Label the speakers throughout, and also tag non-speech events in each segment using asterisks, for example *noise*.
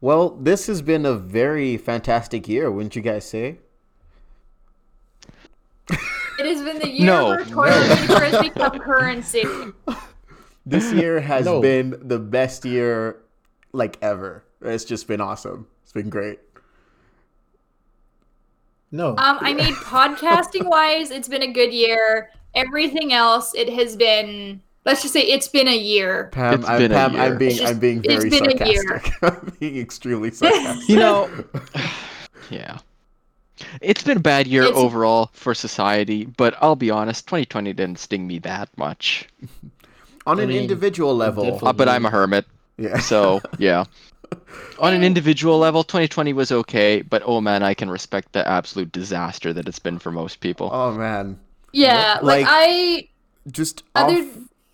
Speaker 1: Well, this has been a very fantastic year, wouldn't you guys say?
Speaker 2: It has been the year
Speaker 3: No.
Speaker 2: where toilet paper has become currency.
Speaker 3: *laughs*
Speaker 1: This year has
Speaker 3: No.
Speaker 1: been the best year like ever. It's just been awesome. It's been great.
Speaker 3: No.
Speaker 2: Um, I mean, podcasting wise, it's been a good year. Everything else, it has been. Let's just say it's been a year.
Speaker 1: Pam,
Speaker 3: It's
Speaker 1: I'm,
Speaker 3: been a
Speaker 1: Pam I'm
Speaker 3: year.
Speaker 1: being
Speaker 2: It's just-
Speaker 1: I'm being
Speaker 2: it's
Speaker 1: very
Speaker 2: been a year.
Speaker 1: sarcastic. *laughs* I'm being
Speaker 2: *laughs*
Speaker 1: extremely sarcastic.
Speaker 3: you know, *sighs* yeah. It's been a bad year
Speaker 2: It's-
Speaker 3: overall for society, but I'll be honest, 2020 didn't sting me that much.
Speaker 1: On
Speaker 4: I
Speaker 1: an
Speaker 4: mean,
Speaker 1: individual level.
Speaker 4: definitely-
Speaker 3: Uh, but I'm a hermit,
Speaker 1: Yeah. *laughs*
Speaker 4: *laughs*
Speaker 3: so yeah. On an
Speaker 2: And-
Speaker 3: individual level, 2020 was okay, but oh man, I can respect the absolute disaster that it's been for most people.
Speaker 1: Oh man.
Speaker 2: Yeah,
Speaker 1: Like-
Speaker 2: like I.
Speaker 1: Just
Speaker 2: Other-
Speaker 1: off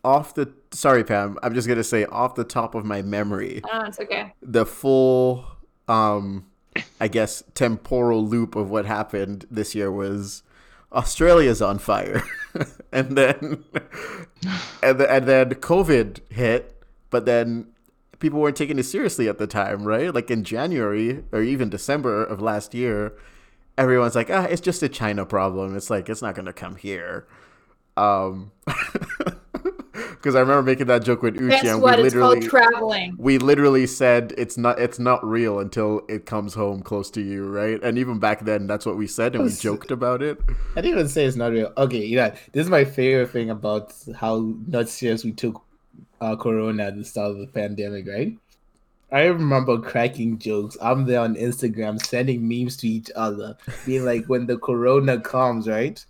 Speaker 1: off the sorry Pam, I'm just going to say off the top of my memory.
Speaker 2: Oh, it's okay.
Speaker 1: the full um i guess temporal loop of what happened this year was australia's on fire *laughs* and
Speaker 2: *laughs*
Speaker 1: then and, the, and then covid hit but then people weren't taking it seriously at the time right like in january or even december of last year everyone's like ah it's just a china problem it's like it's not gonna come here um *laughs* because i remember making that joke with uchi
Speaker 2: Guess
Speaker 1: and
Speaker 2: what?
Speaker 1: we
Speaker 2: It's
Speaker 1: literally
Speaker 2: called traveling.
Speaker 1: we literally said it's not it's not real until it comes home close to you, right? And even back then, that's what we said, and we
Speaker 4: Yes.
Speaker 1: joked about it.
Speaker 4: I didn't even say it's not real. Okay, yeah, this is my favorite thing about how not serious we took uh, Corona at the start of the pandemic, right? I remember cracking jokes. I'm there on Instagram sending memes to each other, being like, when the Corona comes, right?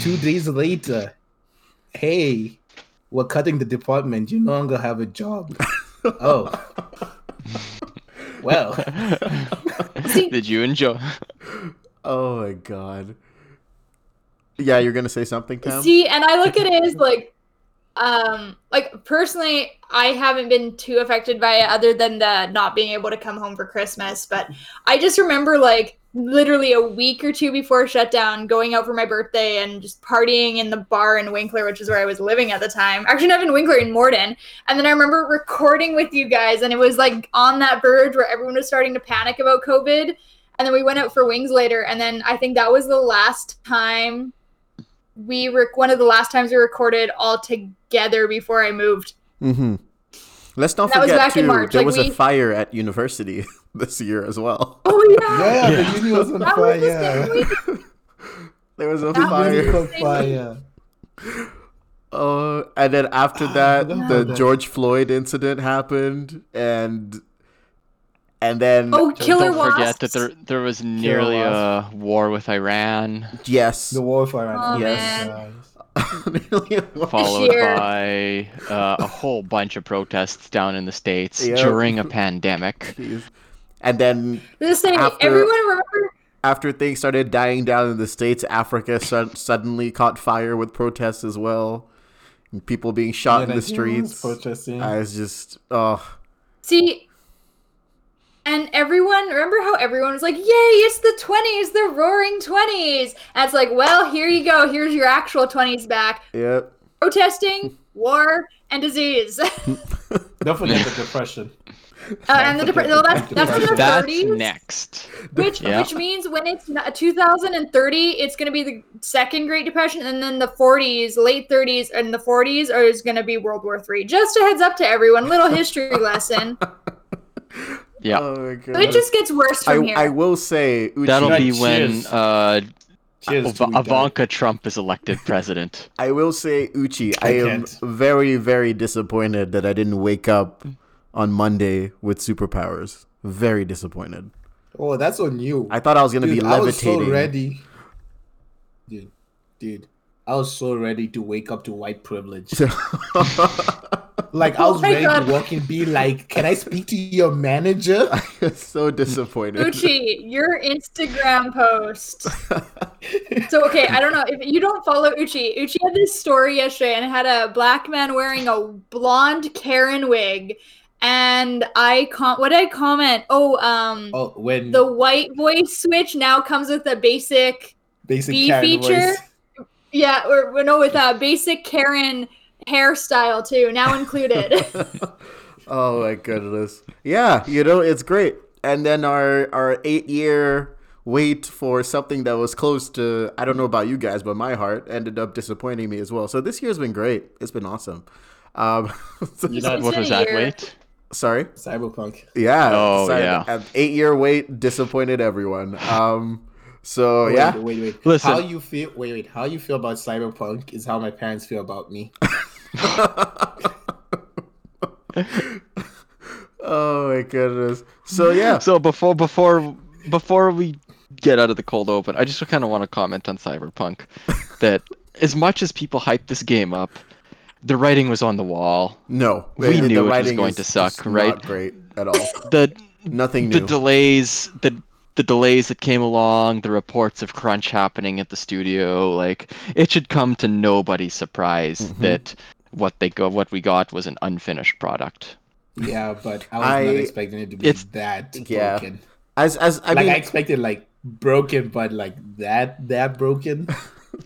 Speaker 4: Two days later, hey, we're cutting the department. You no longer have a job. oh. Well, Oh.
Speaker 3: *laughs*
Speaker 2: See-
Speaker 3: Did you enjoy?
Speaker 1: Oh my god! Yeah, you're gonna say something, Cam?
Speaker 2: See, and I look at it as like, um, like personally, I haven't been too affected by it other than the not being able to come home for Christmas. But I just remember like literally a week or two before shutdown, going out for my birthday and just partying in the bar in Winkler, which is where I was living at the time. Actually, not in Winkler, in Morden. And then I remember recording with you guys, and it was like on that verge where everyone was starting to panic about COVID. And then we went out for wings later, and then I think that was the last time we rec- one of the last times we recorded all together before I moved.
Speaker 1: Mm-hmm. Let's not
Speaker 2: That was
Speaker 1: forget
Speaker 2: back in
Speaker 1: too.
Speaker 2: March,
Speaker 1: There
Speaker 2: like,
Speaker 1: was
Speaker 2: we-
Speaker 1: a fire at university *laughs* this year as well.
Speaker 2: Oh yeah,
Speaker 4: yeah, the uni was on
Speaker 2: that
Speaker 4: fire.
Speaker 2: was the same week.
Speaker 1: There was a
Speaker 2: That was
Speaker 1: fire.
Speaker 4: Uni caught fire.
Speaker 1: Uh, and then
Speaker 2: *sighs*
Speaker 1: after that,
Speaker 4: forgot
Speaker 1: the
Speaker 4: about that.
Speaker 1: George Floyd incident happened, and and then
Speaker 2: Oh, killer
Speaker 3: Don't forget that
Speaker 2: wasps.
Speaker 3: there there was nearly a
Speaker 4: wasps.
Speaker 3: war with Iran,
Speaker 1: yes, *laughs*
Speaker 4: The war for Iran.
Speaker 2: Oh,
Speaker 1: Yes.
Speaker 2: man.
Speaker 3: followed
Speaker 2: year.
Speaker 3: by uh, a whole bunch of protests down in the states
Speaker 1: Yep.
Speaker 3: during a pandemic.
Speaker 1: Jeez. and then
Speaker 2: This thing,
Speaker 1: After-
Speaker 2: everyone remember?
Speaker 1: after things started dying down in the states, Africa su- suddenly caught fire with protests as well, and people being shot in the
Speaker 4: Nigerians
Speaker 1: streets.
Speaker 4: protesting.
Speaker 1: I was just, oh,
Speaker 2: See, and everyone remember how everyone was like, "Yay, it's the twenties, the Roaring 20s. And it's like, well, here you go. Here's your actual twenties back.
Speaker 1: yep.
Speaker 2: Protesting, war, and disease, *laughs* uh,
Speaker 4: Don't
Speaker 1: *laughs*
Speaker 4: forget the depression.
Speaker 2: and the depression. No, that's that's in the
Speaker 3: That's
Speaker 2: thirties.
Speaker 3: next.
Speaker 2: Which
Speaker 3: Yeah.
Speaker 2: which means when it's n- 2030, it's going to be the second Great Depression, and then the 40s, late 30s, and the 40s are is going to be World War Three. Just a heads up to everyone, little history lesson.
Speaker 3: Yeah.
Speaker 1: Oh my god.
Speaker 2: So it just gets worse
Speaker 1: I,
Speaker 2: from here.
Speaker 1: I will say, Uchi,
Speaker 3: That'll be
Speaker 4: Right,
Speaker 3: when
Speaker 4: cheers.
Speaker 3: uh,
Speaker 4: Cheers
Speaker 3: Iv-
Speaker 4: to we die.
Speaker 3: Ivanka Trump is *laughs* elected president.
Speaker 1: I will say, Uchi, I,
Speaker 4: I
Speaker 1: am
Speaker 4: can't.
Speaker 1: very, very disappointed that I didn't wake up on Monday with superpowers. Very disappointed.
Speaker 4: Oh, that's on you.
Speaker 1: I thought I was gonna
Speaker 4: dude,
Speaker 1: be
Speaker 4: I was
Speaker 1: levitating.
Speaker 4: so
Speaker 1: *laughs*
Speaker 4: ready. Dude, dude, I was so ready to wake up to
Speaker 1: *laughs*
Speaker 4: white privilege. Like I
Speaker 2: Oh
Speaker 4: was
Speaker 2: my
Speaker 4: ready
Speaker 2: God.
Speaker 4: to walk and be like, "Can I speak to your
Speaker 1: *laughs*
Speaker 4: manager?"
Speaker 1: so disappointed.
Speaker 2: Gucci, your Instagram post. so okay, I don't know if you don't follow Uchi. Uchi had this story yesterday and it had a black man wearing a blonde Karen wig, and I con what did I comment? Oh, um,
Speaker 4: Oh, when
Speaker 2: the white voice switch now comes with a basic
Speaker 4: basic
Speaker 2: B
Speaker 4: Karen
Speaker 2: feature?
Speaker 4: voice.
Speaker 2: yeah or or no with a basic karen hairstyle too now included *laughs*
Speaker 1: *laughs* oh my goodness. Yeah, you know, it's great. and then our our eight year wait for something that was close to I don't know about you guys, but my heart ended up disappointing me as well. So this year's been great. It's been awesome. Um, *laughs*
Speaker 2: You It's been
Speaker 3: Not- what was
Speaker 2: a
Speaker 3: that?
Speaker 2: year.
Speaker 3: Wait.
Speaker 1: sorry.
Speaker 4: Cyberpunk.
Speaker 1: Yeah.
Speaker 3: Oh,
Speaker 1: sorry.
Speaker 3: yeah.
Speaker 1: An eight year wait disappointed everyone. Um, so
Speaker 4: wait,
Speaker 1: yeah.
Speaker 4: Wait, wait.
Speaker 3: Listen.
Speaker 4: How you feel? Wait, wait. How you feel about Cyberpunk is how my parents feel
Speaker 1: *laughs*
Speaker 4: about me.
Speaker 1: oh my goodness. So yeah.
Speaker 3: So before before before we get out of the cold open, I just kind of want to comment on Cyberpunk *laughs* that as much as people hype this game up, the writing was on the wall.
Speaker 1: No.
Speaker 3: We
Speaker 1: the- the
Speaker 3: knew it was
Speaker 1: writing
Speaker 3: going
Speaker 1: is
Speaker 3: to suck,
Speaker 1: just
Speaker 3: right?
Speaker 1: Not great at all.
Speaker 3: The
Speaker 1: Nothing
Speaker 3: *laughs* the
Speaker 1: new.
Speaker 3: delays the the delays that came along, the reports of crunch happening at the studio, like it should come to nobody's surprise
Speaker 1: Mhm.
Speaker 3: that what they go what we got was an unfinished product.
Speaker 4: Yeah, but I was
Speaker 1: I-
Speaker 4: not expecting it to be
Speaker 3: It's-
Speaker 4: that
Speaker 1: yeah.
Speaker 4: broken.
Speaker 1: as as I
Speaker 4: like
Speaker 1: mean,
Speaker 4: I expected like broken, but like that
Speaker 1: *laughs*
Speaker 4: that broken.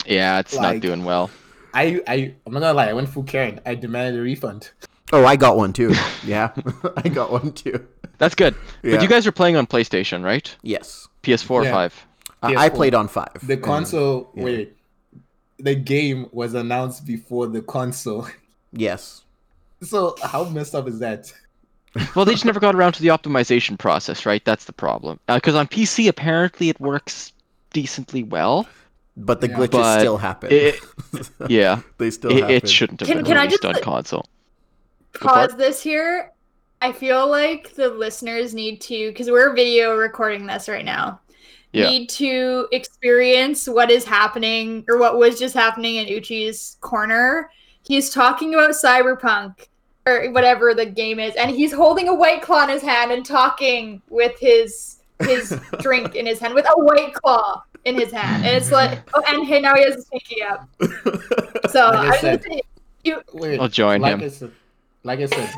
Speaker 3: Yeah, it's
Speaker 4: Like-
Speaker 3: not doing well.
Speaker 4: I I I'm not gonna lie. I went full Karen. I demanded a refund.
Speaker 1: oh, I got one too. Yeah, *laughs* I got one too.
Speaker 3: That's good.
Speaker 1: Yeah.
Speaker 3: But you guys are playing on PlayStation, right?
Speaker 1: Yes,
Speaker 3: PS4
Speaker 4: Yeah.
Speaker 3: or 5.
Speaker 1: I- I
Speaker 4: PS4.
Speaker 1: played on five.
Speaker 4: The
Speaker 1: and-
Speaker 4: console.
Speaker 1: yeah.
Speaker 4: Wait, the game was announced before the console. *laughs*
Speaker 1: yes,
Speaker 4: So how messed up is that?
Speaker 3: Well, they just never got around to the optimization process, right? That's the problem. Because on PC, apparently it works decently
Speaker 1: *laughs*
Speaker 3: well.
Speaker 1: but the
Speaker 4: Yeah.
Speaker 1: glitches
Speaker 3: But
Speaker 1: still happen. *laughs*
Speaker 3: it- Yeah,
Speaker 1: they still
Speaker 3: it,
Speaker 1: happen.
Speaker 3: it shouldn't have
Speaker 2: Can-
Speaker 3: been
Speaker 2: can I
Speaker 3: released
Speaker 2: just,
Speaker 3: on
Speaker 2: like-
Speaker 3: console.
Speaker 2: pause this here. I feel like the listeners need to, because we're video recording this right now,
Speaker 3: Yeah.
Speaker 2: need to experience what is happening or what was just happening in Uchi's corner. He's talking about cyberpunk or whatever the game is, and he's holding a white claw in his hand and talking with his
Speaker 4: *laughs*
Speaker 2: his drink in his hand with a white claw in his hand, and it's like, oh, and hey, now he has a pinky
Speaker 4: *laughs*
Speaker 2: up. So
Speaker 4: Like I
Speaker 2: I'm just
Speaker 4: said,
Speaker 2: saying-
Speaker 4: Wait,
Speaker 3: I'll join
Speaker 4: like I
Speaker 3: him.
Speaker 4: said, like I said,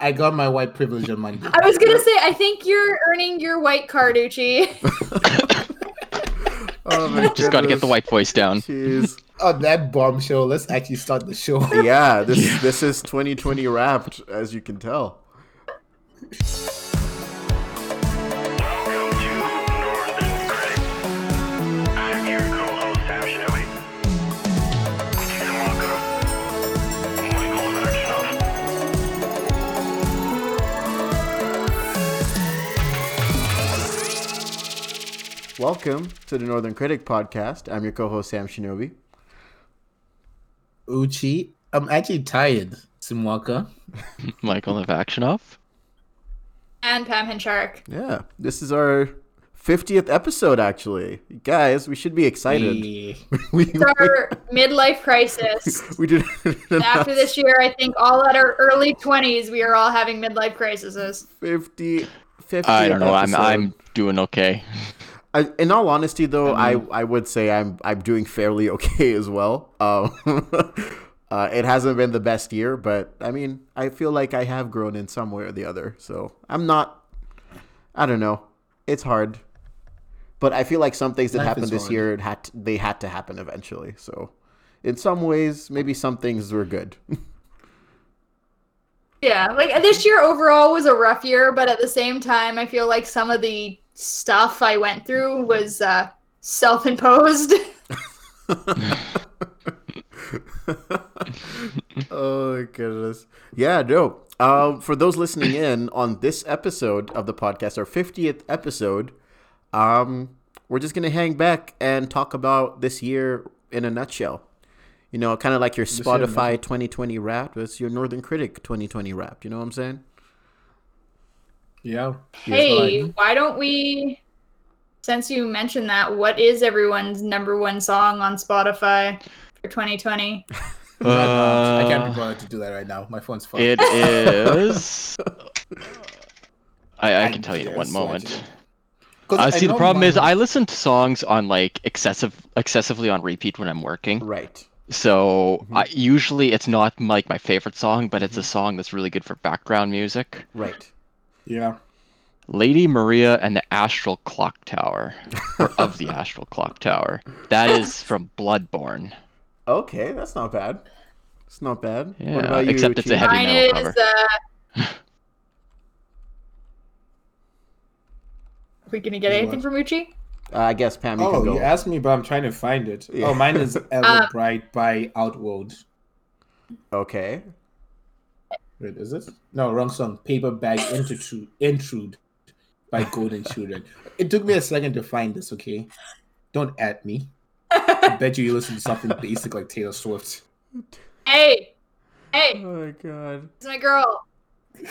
Speaker 4: I got my white privilege on Monday.
Speaker 2: I was gonna say, I think you're earning your white card, Uchi.
Speaker 1: Oh my
Speaker 3: *laughs* Just got to get
Speaker 1: goodness.
Speaker 3: the white voice down.
Speaker 1: *laughs* Jeez.
Speaker 4: on Oh, that bombshell. Let's actually start the show. *laughs*
Speaker 1: Yeah, this
Speaker 3: *laughs*
Speaker 1: this is 2020 wrapped, as you can tell.
Speaker 5: Welcome to Northern Critics. I'm your co-host, Sam Shinobi. Jason Walker. Michael Sarchinoff.
Speaker 1: Welcome to the Northern Critic Podcast. I'm your co-host Sam Shinobi.
Speaker 4: Uchi, I'm actually tired, Simwaka.
Speaker 3: Michael of Actionoff.
Speaker 2: and Pam Hinshark.
Speaker 1: Yeah, this is our 50th episode, actually. Guys, we should be excited.
Speaker 4: Yeah.
Speaker 1: *laughs*
Speaker 3: *laughs*
Speaker 1: we,
Speaker 2: It's our midlife crisis.
Speaker 1: we did. *laughs*
Speaker 2: After this year, I think all at our early 20s, we are all having midlife crises.
Speaker 1: 50, 50
Speaker 3: I don't know. I'm
Speaker 1: episode.
Speaker 3: I'm doing okay.
Speaker 1: I, in all honesty, though, I, I would say I'm I'm doing fairly *laughs* okay as well. Um, *laughs* uh, it hasn't been the best year, but I mean, I feel like I have grown in some way or the other. So I'm not. I don't know. It's hard, but I feel like some things that
Speaker 4: Life
Speaker 1: happened
Speaker 4: is
Speaker 1: this
Speaker 4: hard.
Speaker 1: year it had to, they had to happen eventually. So in some ways, maybe some things were good. *laughs*
Speaker 2: Yeah, like this year overall was a rough year, but at the same time, I feel like some of the stuff I went through was uh, self *laughs* imposed.
Speaker 1: oh my goodness. Yeah, no. Um, for those listening in on this episode of the podcast, our 50th episode, um, we're just going to hang back and talk about this year in a nutshell. You know, kind of like your
Speaker 4: year,
Speaker 1: Spotify 2020 wrapped, it's your Northern Critic 2020 wrapped. You know what I'm saying?
Speaker 4: yeah.
Speaker 2: hey,
Speaker 4: fine.
Speaker 2: why don't we, since you mentioned that, what is everyone's number one song on Spotify for 2020?
Speaker 4: I can't be
Speaker 3: Uh,
Speaker 4: bothered to do that right now. My phone's fucked.
Speaker 3: It is. I, I
Speaker 4: I
Speaker 3: can tell you in
Speaker 4: dare
Speaker 3: one
Speaker 4: swear to
Speaker 3: moment.
Speaker 4: it. 'Cause
Speaker 3: I see. The
Speaker 4: know
Speaker 3: problem is,
Speaker 4: mine-
Speaker 3: I listen to songs on like excessive, excessively on repeat when I'm working.
Speaker 1: Right.
Speaker 3: So I, usually it's not m- like my favorite song, but it's a song that's really good for background music.
Speaker 1: Right.
Speaker 4: Yeah.
Speaker 3: Lady Maria and the Astral Clock Tower, or of the Astral Clock Tower. That is from Bloodborne.
Speaker 1: Okay, that's not bad. It's not bad.
Speaker 3: Yeah, except it's
Speaker 1: Chi?
Speaker 3: a heavy-
Speaker 2: Mine
Speaker 3: metal
Speaker 2: is
Speaker 3: cover.
Speaker 2: uh, we gonna get anything from Uchi?
Speaker 1: Uh, I guess Pam, you
Speaker 4: Oh,
Speaker 1: can
Speaker 4: you
Speaker 1: go.
Speaker 4: asked me, but I'm trying to find it.
Speaker 1: Yeah.
Speaker 4: Oh,
Speaker 1: *laughs*
Speaker 4: mine is Ever
Speaker 2: Um,
Speaker 4: Bright by Outworld.
Speaker 1: Okay.
Speaker 4: Wait, is it? No, wrong song. Paper Bag Intrude, Intrude by Golden Children. It took me a second to find this, okay? Don't at me. I bet you you listen to something basic like Taylor Swift.
Speaker 2: Hey, hey,
Speaker 1: my god.
Speaker 2: it's my girl.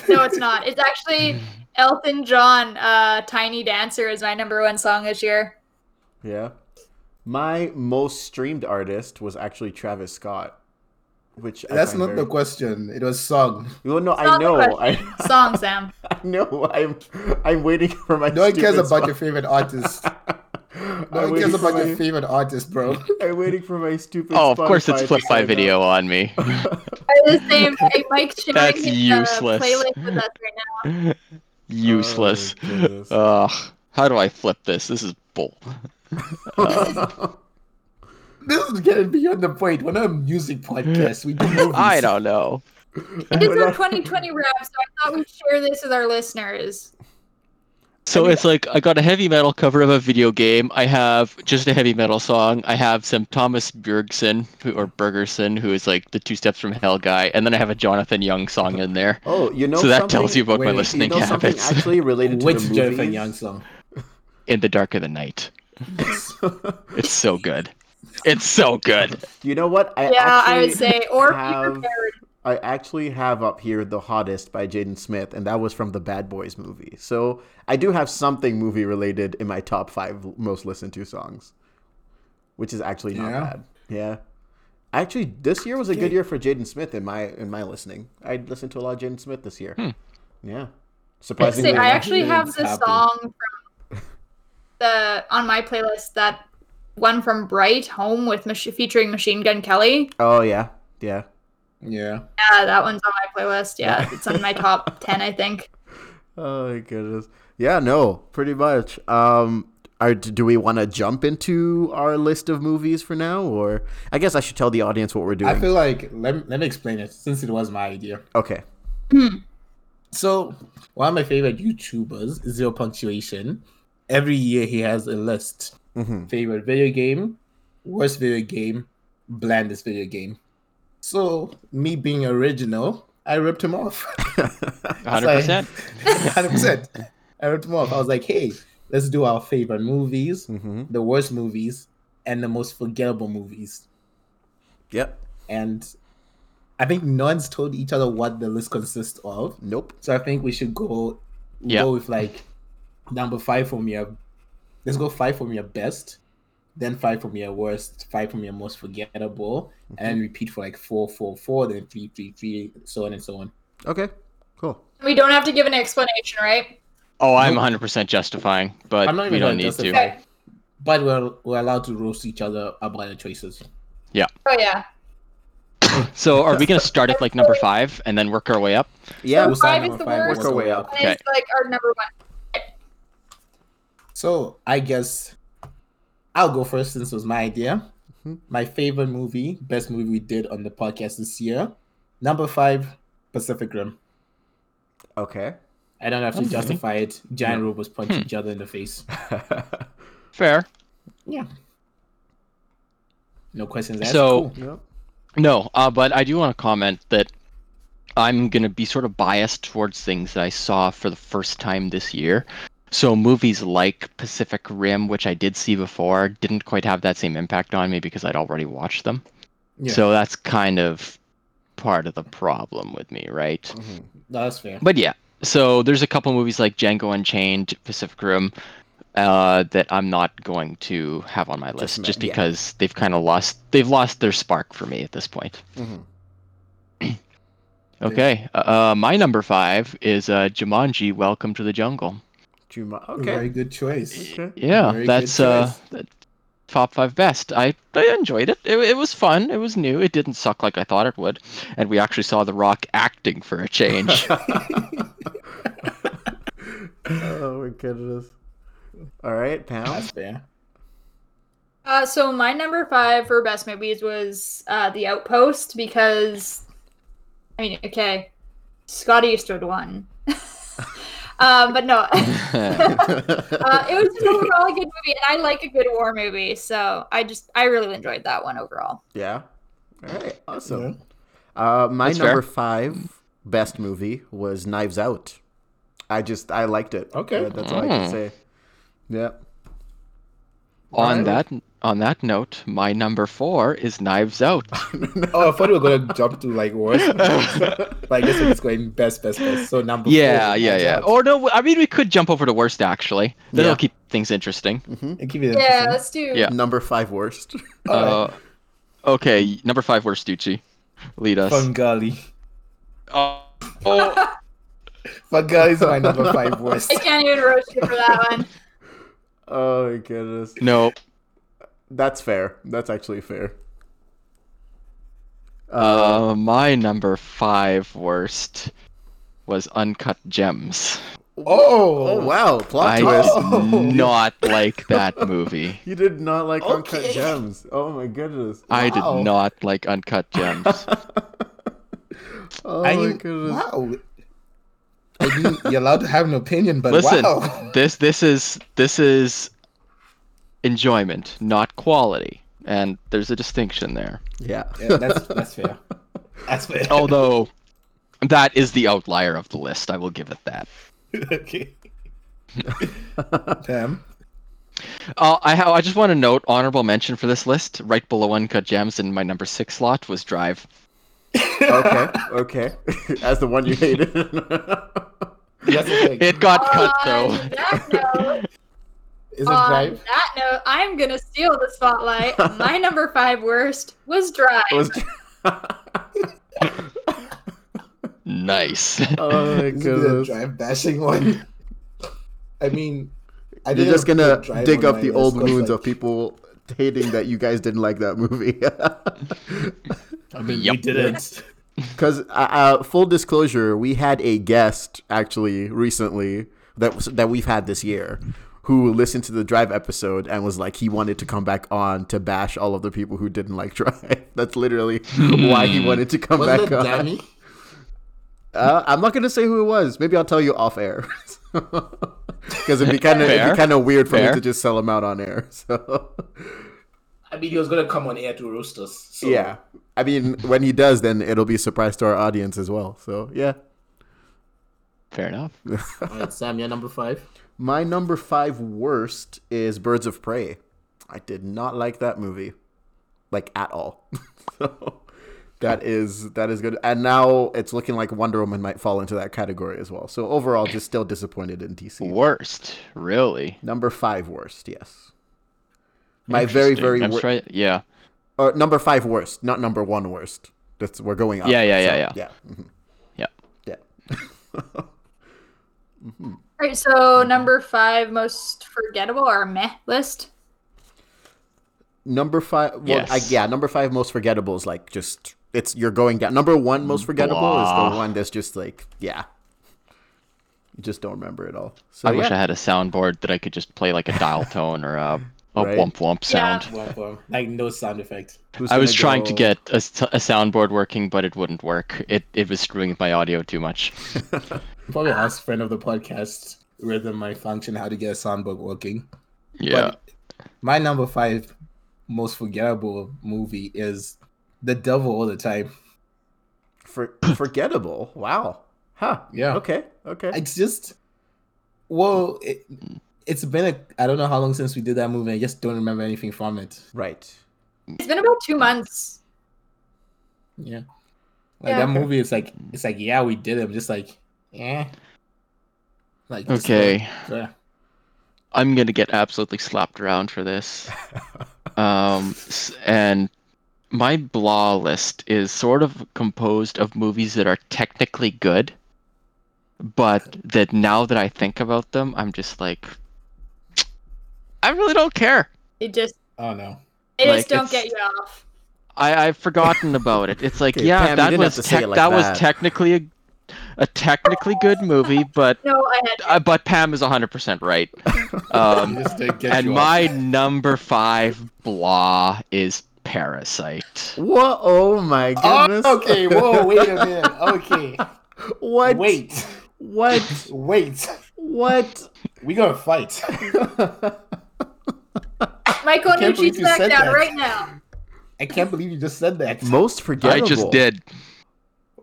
Speaker 2: No, it's not.
Speaker 1: *laughs*
Speaker 2: It's actually Elton John. Uh, Tiny Dancer is my number one song this year.
Speaker 1: Yeah. My most streamed artist was actually Travis Scott, which I
Speaker 4: That's
Speaker 1: find
Speaker 4: not
Speaker 1: very-
Speaker 4: the question. It was song.
Speaker 1: Well, no, I
Speaker 2: not the
Speaker 1: know, I, *laughs*
Speaker 2: question. Song, Sam.
Speaker 1: I know. I'm, I'm waiting for my.
Speaker 4: No one
Speaker 1: stupid
Speaker 4: cares about
Speaker 1: spot.
Speaker 4: your
Speaker 1: *laughs*
Speaker 4: favorite artist. No
Speaker 1: I'm
Speaker 4: one cares
Speaker 1: waiting for
Speaker 4: about
Speaker 1: my-
Speaker 4: your favorite artist, bro. *laughs*
Speaker 1: I'm waiting for my stupid.
Speaker 3: Oh, of course
Speaker 1: Spotify
Speaker 3: it's
Speaker 1: to Oh,
Speaker 3: flip by
Speaker 1: sign up.
Speaker 3: video on me.
Speaker 2: Are the same. Hey, Mike's sharing
Speaker 3: *laughs* That's
Speaker 2: his, uh,
Speaker 3: useless.
Speaker 2: playlist with us right now.
Speaker 3: Useless. Uh,
Speaker 1: Oh, goodness.
Speaker 4: *laughs*
Speaker 3: Ugh. How do I flip this? This is bull.
Speaker 4: this is getting beyond the point. We're not
Speaker 1: *laughs*
Speaker 4: a music podcast. We do movies.
Speaker 3: I don't know.
Speaker 2: This is
Speaker 1: We're
Speaker 2: our
Speaker 1: not-
Speaker 2: 2020 wrap, so I thought we'd share this with our listeners.
Speaker 3: So it's like I got a heavy metal cover of a video game. I have just a heavy metal song. I have some Thomas Bjergsen who, or Bergerson, who is like the Two Steps from Hell guy, and then I have a Jonathan Young song in there.
Speaker 1: *laughs* Oh, you know
Speaker 3: so that
Speaker 1: something-
Speaker 3: tells you about
Speaker 4: wait,
Speaker 3: my
Speaker 4: you
Speaker 3: listening
Speaker 1: you know something
Speaker 3: habits.
Speaker 1: actually related to
Speaker 4: Which
Speaker 1: the
Speaker 4: Jonathan
Speaker 1: movies?
Speaker 4: Young song?
Speaker 3: *laughs* in the dark of the night. It's so good. It's so good.
Speaker 1: *laughs* You know what? I
Speaker 2: yeah, I would
Speaker 1: actually
Speaker 2: say, or
Speaker 1: have-
Speaker 2: be prepared.
Speaker 1: I actually have up here the hottest by Jaden Smith, and that was from the Bad Boys movie. So I do have something movie related in my top five most listened to songs, which is actually not
Speaker 4: Yeah.
Speaker 1: bad. Yeah, actually, this year was a good year for Jaden Smith in my in my listening. I listened to a lot of Jaden Smith this year. Yeah,
Speaker 2: I,
Speaker 1: surprisingly,
Speaker 2: say, I
Speaker 1: enough.
Speaker 2: actually have
Speaker 4: it's
Speaker 2: the
Speaker 4: happened.
Speaker 2: song from the on my playlist that one from Bright Home with Mach- featuring Machine Gun Kelly.
Speaker 1: oh yeah, yeah.
Speaker 4: Yeah.
Speaker 2: Yeah, that one's on my playlist. Yeah, it's on my top 10, I think.
Speaker 1: Oh my goodness. Yeah, no, pretty much. Um are, do we want to jump into our list of movies for now or I guess I should tell the audience what we're doing.
Speaker 4: I feel like let, let me explain it since it was my idea.
Speaker 1: okay.
Speaker 4: So one of my favorite YouTubers, Zero Punctuation. Every year he has a list:
Speaker 1: Mhm.
Speaker 4: favorite video game, worst video game, blandest video game. So me being original, I ripped him off. *laughs*
Speaker 3: 100%.
Speaker 4: Hundred percent. I ripped him off. I was like, hey, let's do our favorite movies,
Speaker 1: Mhm.
Speaker 4: the worst movies, and the most forgettable movies.
Speaker 1: Yep.
Speaker 4: And I think no one's told each other what the list consists of.
Speaker 1: Nope.
Speaker 4: So I think we should go
Speaker 3: Yeah.
Speaker 4: go with like number five from your let's go five from your best, then five from your worst, five from your most forgettable, and then repeat for like four, four, four, then three, three, three, so on and so on.
Speaker 1: Okay. Cool.
Speaker 2: We don't have to give an explanation, right?
Speaker 3: Oh, I'm 100% justifying, but
Speaker 4: I'm not
Speaker 3: we
Speaker 4: even
Speaker 3: don't
Speaker 4: gonna
Speaker 3: need to.
Speaker 4: justify. But we're we're allowed to roast each other about the choices.
Speaker 2: Oh, yeah.
Speaker 3: So are we going to start at like number five and then work our way up?
Speaker 1: Yeah.
Speaker 4: We'll start
Speaker 2: Five is
Speaker 4: number
Speaker 2: the worst.
Speaker 4: worst
Speaker 1: Work our way
Speaker 4: overall.
Speaker 1: up.
Speaker 2: And it's like our number one.
Speaker 4: So I guess I'll go first since it was my idea.
Speaker 1: Mhm.
Speaker 4: My favorite movie, best movie we did on the podcast this year, number five, Pacific Rim.
Speaker 1: Okay. *laughs*
Speaker 4: I don't have to
Speaker 3: Okay.
Speaker 4: justify it. Giant
Speaker 1: Yeah.
Speaker 4: robots punch each other in the *laughs* face.
Speaker 3: Fair.
Speaker 4: Yeah. No questions asked.
Speaker 3: So-
Speaker 4: Cool.
Speaker 1: yep.
Speaker 3: No, uh, but I do want to comment that I'm going to be sort of biased towards things that I saw for the first time this year. So movies like Pacific Rim, which I did see before, didn't quite have that same impact on me because I'd already watched them.
Speaker 4: Yeah.
Speaker 3: So that's kind of part of the problem with me, right?
Speaker 1: Mhm.
Speaker 4: that's fair.
Speaker 3: But yeah, so there's a couple movies like Django Unchained, Pacific Rim, uh, that I'm not going to have on my list
Speaker 1: ma-
Speaker 3: just
Speaker 1: yeah.
Speaker 3: because they've kind of lost they've lost their spark for me at this point.
Speaker 1: Mhm.
Speaker 3: Okay, uh, my number five is uh, Jumanji: Welcome to the Jungle.
Speaker 1: Juma-
Speaker 4: Very
Speaker 1: okay.
Speaker 4: good choice.
Speaker 1: Okay.
Speaker 4: *laughs*
Speaker 3: Yeah,
Speaker 4: Very good
Speaker 3: that's uh,
Speaker 4: choice.
Speaker 3: that- top five best. I I enjoyed it. it. It was fun. It was new. It didn't suck like I thought it would, and we actually saw The Rock acting for a change.
Speaker 1: oh my goodness. All right, Pam.
Speaker 4: *laughs* That's fair.
Speaker 2: Uh, so my number five for best movies was uh, The Outpost because, I mean, okay, Scott Eastwood won. *laughs* Uh, but no, *laughs* uh, it was just overall a good movie, and I like a good war movie, so I just I really enjoyed that one overall.
Speaker 1: Yeah. All right. Awesome. Uh, my
Speaker 3: That's
Speaker 1: number
Speaker 3: fair.
Speaker 1: five best movie was Knives Out. I just I liked it.
Speaker 4: Okay.
Speaker 1: Uh, that's all I can
Speaker 3: Mm.
Speaker 1: say. Yeah. *laughs*
Speaker 3: on
Speaker 4: Alright.
Speaker 3: that on that note, my number four is Knives Out.
Speaker 4: Oh, I thought we were gonna jump to like worst. *laughs* like this one's going best, best, best. So number
Speaker 3: yeah,
Speaker 4: four,
Speaker 3: yeah, yeah.
Speaker 4: Or
Speaker 3: Or no, I mean we could jump over to worst actually. That'll
Speaker 1: Yeah.
Speaker 3: keep things interesting.
Speaker 4: keep it
Speaker 2: Yeah,
Speaker 4: interesting.
Speaker 2: let's do.
Speaker 3: Yeah.
Speaker 1: Number five worst. *laughs*
Speaker 3: Uh, okay, number five worst Ducci. Lead
Speaker 4: Uh,
Speaker 3: us.
Speaker 4: Fungali.
Speaker 3: Oh, oh,
Speaker 4: Fungali is my
Speaker 1: *laughs*
Speaker 4: number five worst. *laughs*
Speaker 2: I can't even roast you for that one.
Speaker 1: Oh my goodness.
Speaker 3: no.
Speaker 1: That's fair. That's actually fair.
Speaker 3: Uh, my number five worst was Uncut Gems.
Speaker 1: Oh
Speaker 4: Oh,
Speaker 1: wow, plot
Speaker 3: I
Speaker 1: twist.
Speaker 3: did not like that movie.
Speaker 1: You did not like Uncut
Speaker 4: Okay.
Speaker 1: Gems. Oh my goodness.
Speaker 3: I
Speaker 4: Wow.
Speaker 3: did not like Uncut Gems.
Speaker 1: oh
Speaker 4: I
Speaker 1: my
Speaker 4: didn't-
Speaker 1: goodness.
Speaker 4: wow. I mean, you're allowed to have an opinion, but
Speaker 3: Listen,
Speaker 4: wow.
Speaker 3: this this is this is enjoyment, not quality, and there's a distinction there.
Speaker 1: Yeah.
Speaker 4: Yeah, that's that's fair. That's fair.
Speaker 3: Although that is the outlier of the list, I will give it that.
Speaker 1: *laughs*
Speaker 4: *laughs* okay. Damn.
Speaker 3: Uh, I ha- I just want to note honorable mention for this list. Right below Uncut Gems in my number six slot was Drive.
Speaker 1: *laughs* okay. Okay. *laughs* As the one you hated.
Speaker 3: *laughs*
Speaker 4: That's the thing.
Speaker 3: It got *laughs* cut
Speaker 2: on
Speaker 3: though.
Speaker 2: that note,
Speaker 4: Is it
Speaker 2: on
Speaker 4: drive?
Speaker 2: that note, I'm gonna steal the spotlight.
Speaker 3: *laughs*
Speaker 2: My number five worst was Drive.
Speaker 1: It was.
Speaker 3: Nice.
Speaker 1: *laughs* Oh my
Speaker 4: This is a
Speaker 1: goodness.
Speaker 4: drive bashing one. I mean, I
Speaker 1: You're
Speaker 4: didn't
Speaker 1: just
Speaker 4: put
Speaker 1: gonna
Speaker 4: Drive
Speaker 1: dig
Speaker 4: on
Speaker 1: up
Speaker 4: my
Speaker 1: the old
Speaker 4: list 'cause,
Speaker 1: wounds
Speaker 4: like,
Speaker 1: of people hating that you guys didn't like that movie. *laughs*
Speaker 4: I mean,
Speaker 3: Yup.
Speaker 4: we didn't.
Speaker 1: Because uh, uh, full disclosure, we had a guest actually recently that was, that we've had this year who listened to the Drive episode and was like he wanted to come back on to bash all of the people who didn't like *laughs* Drive. That's literally
Speaker 3: Hmm.
Speaker 1: why he wanted to come
Speaker 4: Wasn't
Speaker 1: back
Speaker 4: it
Speaker 1: on.
Speaker 4: Danny?
Speaker 1: Uh, I'm not gonna say who it was. Maybe I'll tell you off air. *laughs* Because it'd be kind of it'd
Speaker 3: Fair.
Speaker 1: be kind of weird for
Speaker 3: Fair.
Speaker 1: me to just sell him out on air. *laughs* So
Speaker 4: I mean, he was gonna come on air to roast us. So.
Speaker 1: yeah, I mean, when he does, then it'll be a surprise to our audience as well. So yeah.
Speaker 3: *laughs* Fair enough.
Speaker 4: *laughs* All right, Sam, you're number five.
Speaker 1: My number five worst is Birds of Prey. I did not like that movie, like at all. *laughs* so that is that is good. And now it's looking like Wonder Woman might fall into that category as well. So overall, just still disappointed in DC.
Speaker 3: Worst, really.
Speaker 1: Number five worst, yes. My very very
Speaker 3: I'm
Speaker 1: wor-
Speaker 3: sorry. Yeah.
Speaker 1: or number five worst, not number one worst. That's we're going up.
Speaker 3: Yeah, yeah, yeah,
Speaker 1: yeah, yeah, mhm,
Speaker 3: Yeah.
Speaker 1: yeah.
Speaker 2: All right,
Speaker 3: mm-hmm.
Speaker 2: so number five most forgettable or meh list.
Speaker 1: Number five, well, I,
Speaker 3: Yes.
Speaker 1: yeah, number five most forgettable is like just it's you're going down. Number one most forgettable is the
Speaker 3: Blah.
Speaker 1: one that's just like yeah, you just don't remember it all. So
Speaker 3: I wish I
Speaker 1: Oh, yeah.
Speaker 3: had a soundboard that I could just play like a dial tone or a,
Speaker 1: *laughs*
Speaker 3: a
Speaker 1: Right.
Speaker 3: womp womp
Speaker 2: Yeah.
Speaker 3: sound.
Speaker 4: Well, well, like no sound effect.
Speaker 1: Who's
Speaker 3: I was
Speaker 1: gonna
Speaker 3: trying to
Speaker 1: go-
Speaker 3: get a, s- a soundboard working, but it wouldn't work. It it was screwing with my audio too much.
Speaker 4: Probably ask friend of the podcast, Rhythm My Function, how to get a soundbook working.
Speaker 3: Yeah.
Speaker 4: My number five most forgettable movie is The Devil All the Time.
Speaker 1: for, forgettable. Wow. Huh.
Speaker 4: Yeah.
Speaker 1: Okay. Okay.
Speaker 4: It's just, well, it, it's been a I don't know how long since we did that movie. I just don't remember anything from it.
Speaker 1: Right.
Speaker 2: It's been about two months.
Speaker 4: Yeah, like
Speaker 2: Yeah.
Speaker 4: that movie. It's like it's like yeah, we did it. I'm just like yeah, like just
Speaker 3: okay.
Speaker 4: not- yeah.
Speaker 3: I'm gonna get absolutely slapped around
Speaker 1: *laughs*
Speaker 3: for this. um, s- and my blah list is sort of composed of movies that are technically good, but that now that I think about them, I'm just like, I really don't care.
Speaker 2: They just
Speaker 4: Oh no.
Speaker 2: they
Speaker 3: Like,
Speaker 2: just don't
Speaker 3: it's-
Speaker 2: get you off.
Speaker 3: I, I've forgotten about it. It's
Speaker 1: *laughs*
Speaker 3: like,
Speaker 1: Okay, Pam,
Speaker 3: yeah,
Speaker 1: you
Speaker 3: that
Speaker 1: didn't have
Speaker 3: was
Speaker 1: to say
Speaker 3: tec-
Speaker 1: it like
Speaker 3: that,
Speaker 1: that.
Speaker 3: was technically a, a technically good movie, but
Speaker 2: No, I had
Speaker 3: uh, but Pam is
Speaker 1: *laughs*
Speaker 3: 100% right. Um,
Speaker 4: Just to get
Speaker 3: and
Speaker 4: you off.
Speaker 3: my number five blah is Parasite.
Speaker 1: Whoa. Oh my
Speaker 4: Oh,
Speaker 1: goodness.
Speaker 4: okay, *laughs* whoa, wait a minute. Okay.
Speaker 1: What?
Speaker 4: Wait.
Speaker 1: What?
Speaker 4: Wait.
Speaker 1: What?
Speaker 4: We gonna fight.
Speaker 2: Mike
Speaker 4: can't believe
Speaker 2: Onucci's
Speaker 4: you said
Speaker 2: back down
Speaker 4: that.
Speaker 2: right now.
Speaker 4: I can't believe you just said that.
Speaker 1: Most
Speaker 3: I
Speaker 1: forgettable.
Speaker 3: just did.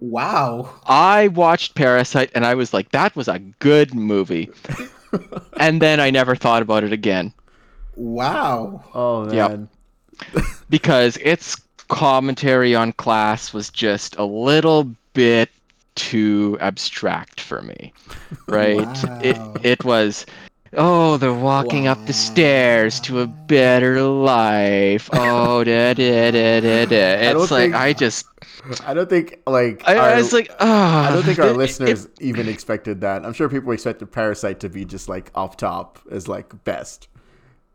Speaker 4: Wow.
Speaker 3: I watched Parasite and I was like, that was a
Speaker 1: *laughs*
Speaker 3: good movie. and then I never thought about it again
Speaker 4: Wow.
Speaker 1: Oh
Speaker 3: Yep.
Speaker 1: man.
Speaker 3: because its commentary on class was just a little bit too abstract for
Speaker 1: *laughs*
Speaker 3: me. Right?
Speaker 4: Wow.
Speaker 3: It, it was. Oh, they're walking up the stairs to a
Speaker 4: Wow.
Speaker 1: *laughs*
Speaker 3: better life. Oh, da da da da da.
Speaker 1: don't
Speaker 3: It's like
Speaker 1: think-
Speaker 3: I just,
Speaker 1: I don't think like
Speaker 3: I, I
Speaker 1: our-
Speaker 3: was like, ah.
Speaker 1: I don't think
Speaker 3: It-
Speaker 4: Uh,
Speaker 1: our
Speaker 3: it-
Speaker 1: listeners even expected that. I'm sure people expected Parasite to be just like off top as like best.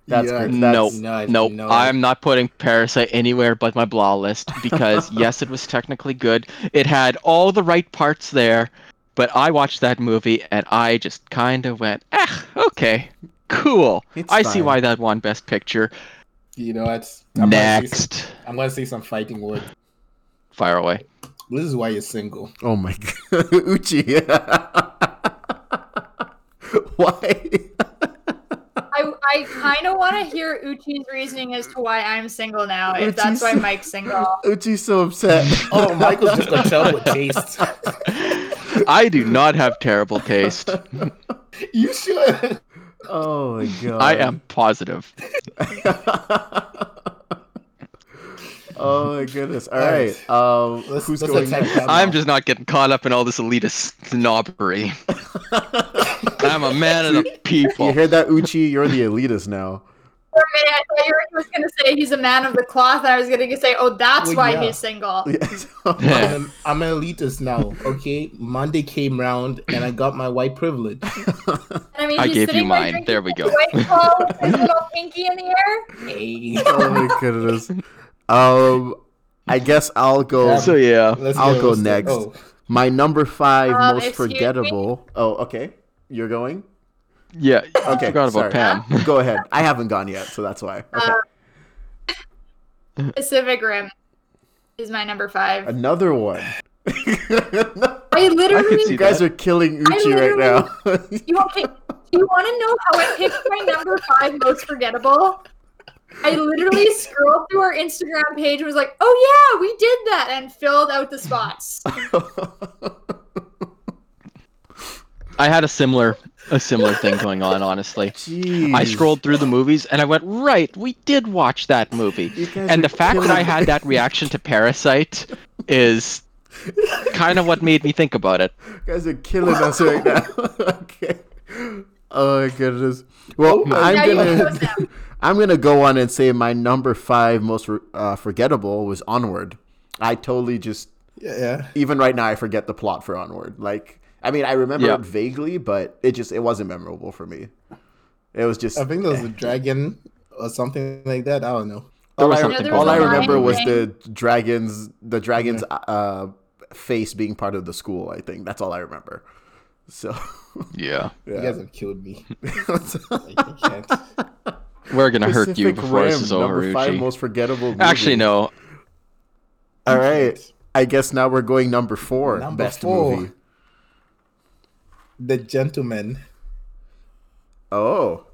Speaker 1: That's
Speaker 4: Yeah.
Speaker 1: great.
Speaker 3: No,
Speaker 1: That's-
Speaker 4: No,
Speaker 3: no,
Speaker 4: no.
Speaker 3: I'm not putting Parasite anywhere but my
Speaker 1: *laughs*
Speaker 3: blah list because yes, it was technically good. It had all the right parts there, but I watched that movie and I just kind of went, eh, okay, cool.
Speaker 1: It's
Speaker 3: I see
Speaker 1: fine.
Speaker 3: why that won Best Picture.
Speaker 4: You know what? I'm Gonna say, some-
Speaker 3: Next,
Speaker 4: I'm gonna say some fighting word.
Speaker 3: fire away. *laughs*
Speaker 4: This is why you're single.
Speaker 1: Oh my god, *laughs* Uchi. Why? *laughs*
Speaker 2: I, I kind of want to hear Uchi's reasoning as to why I'm single now, if that's why
Speaker 1: Uchi's-
Speaker 2: Mike's
Speaker 4: *laughs*
Speaker 2: single.
Speaker 1: Uchi's so upset. *laughs*
Speaker 4: Oh, Michael's just gonna tell with taste.
Speaker 3: I do not have terrible
Speaker 1: *laughs*
Speaker 3: taste.
Speaker 4: *laughs* you should.
Speaker 1: Oh my god.
Speaker 3: I am positive.
Speaker 1: *laughs* oh my goodness. All
Speaker 4: All
Speaker 1: right.
Speaker 4: right.
Speaker 1: Um,
Speaker 4: Let's-
Speaker 1: who's
Speaker 4: let's
Speaker 1: going
Speaker 4: attack
Speaker 1: next?
Speaker 4: that
Speaker 3: I'm just not getting caught up in all this elitist
Speaker 1: *laughs*
Speaker 3: snobbery. I'm a man of the
Speaker 1: You
Speaker 3: people.
Speaker 1: heard that, Uchi? You're the elitist now. *laughs*
Speaker 2: For a minute, I thought you were just going to say he's a man of the cloth, and I was going to say, oh, that's
Speaker 4: Well,
Speaker 2: why
Speaker 4: yeah.
Speaker 2: he's single.
Speaker 1: Yes.
Speaker 4: I'm an, I'm an elitist now. Okay. Monday came round and I got my white privilege.
Speaker 2: And I mean,
Speaker 3: *laughs* I
Speaker 2: he's
Speaker 3: gave you
Speaker 2: sitting there
Speaker 3: mine.
Speaker 2: drinking
Speaker 3: There we
Speaker 2: his
Speaker 3: go. *laughs*
Speaker 2: White claw with his little pinky in the air.
Speaker 4: Hey.
Speaker 1: oh my goodness. Um, I guess I'll go.
Speaker 3: So yeah.
Speaker 4: Let's
Speaker 1: I'll
Speaker 4: get
Speaker 1: go
Speaker 4: on to-
Speaker 1: next.
Speaker 4: Oh,
Speaker 1: My number five
Speaker 2: Um,
Speaker 1: most
Speaker 2: excuse me?
Speaker 1: forgettable. Oh, okay. You're going.
Speaker 3: Yeah, I
Speaker 1: Okay,
Speaker 3: forgot
Speaker 1: sorry.
Speaker 3: about
Speaker 1: *laughs*
Speaker 3: Pam. Uh,
Speaker 1: Go ahead. I haven't gone yet, so that's why. Okay.
Speaker 2: Pacific Rim is my number five.
Speaker 1: Another one. *laughs*
Speaker 2: I literally
Speaker 3: see
Speaker 1: you guys are killing Uchi right now.
Speaker 2: You okay? Do you want to know how I picked my number five most forgettable? I literally scrolled through our Instagram page and was like, "Oh yeah, we did that," and filled out the spots.
Speaker 3: I had a similar a similar thing going on,
Speaker 1: *laughs*
Speaker 3: honestly.
Speaker 1: Jeez.
Speaker 3: I scrolled through the movies and I went, right, we did watch that movie.
Speaker 1: You guys
Speaker 3: And
Speaker 1: are
Speaker 3: the fact that I
Speaker 1: killing-
Speaker 3: had that reaction to Parasite is kind of what made me think about it.
Speaker 1: You guys are killing us right now. *laughs* okay. Oh my goodness. Well,
Speaker 2: now
Speaker 1: I'm
Speaker 2: you
Speaker 1: gonna. *laughs*
Speaker 2: chose them.
Speaker 1: I'm gonna go on and say my number five most uh, forgettable was Onward. I totally just
Speaker 4: yeah, yeah.
Speaker 1: even right now I forget the plot for Onward. Like I mean I remember
Speaker 3: Yeah.
Speaker 1: it vaguely, but it just it wasn't memorable for me. It was just
Speaker 4: I think there was a dragon or something like that. I don't know.
Speaker 3: There
Speaker 1: all,
Speaker 3: was
Speaker 1: I,
Speaker 3: something
Speaker 1: all
Speaker 3: going
Speaker 1: I
Speaker 3: on.
Speaker 1: remember was the
Speaker 2: Anyway.
Speaker 1: dragons the dragons uh, face being part of the school. I think that's all I remember. So *laughs*
Speaker 3: Yeah.
Speaker 4: You
Speaker 1: yeah.
Speaker 4: guys have killed me.
Speaker 1: *laughs* Pacific
Speaker 4: I can't. *laughs*
Speaker 3: We're going to hurt you before this
Speaker 1: Rim,
Speaker 3: is over,
Speaker 1: number five
Speaker 3: Uchi.
Speaker 1: most forgettable. Movie.
Speaker 3: Actually, no.
Speaker 1: All right, I guess now we're going number four
Speaker 4: Number
Speaker 1: best
Speaker 4: four.
Speaker 1: movie.
Speaker 4: The gentleman.
Speaker 1: Oh,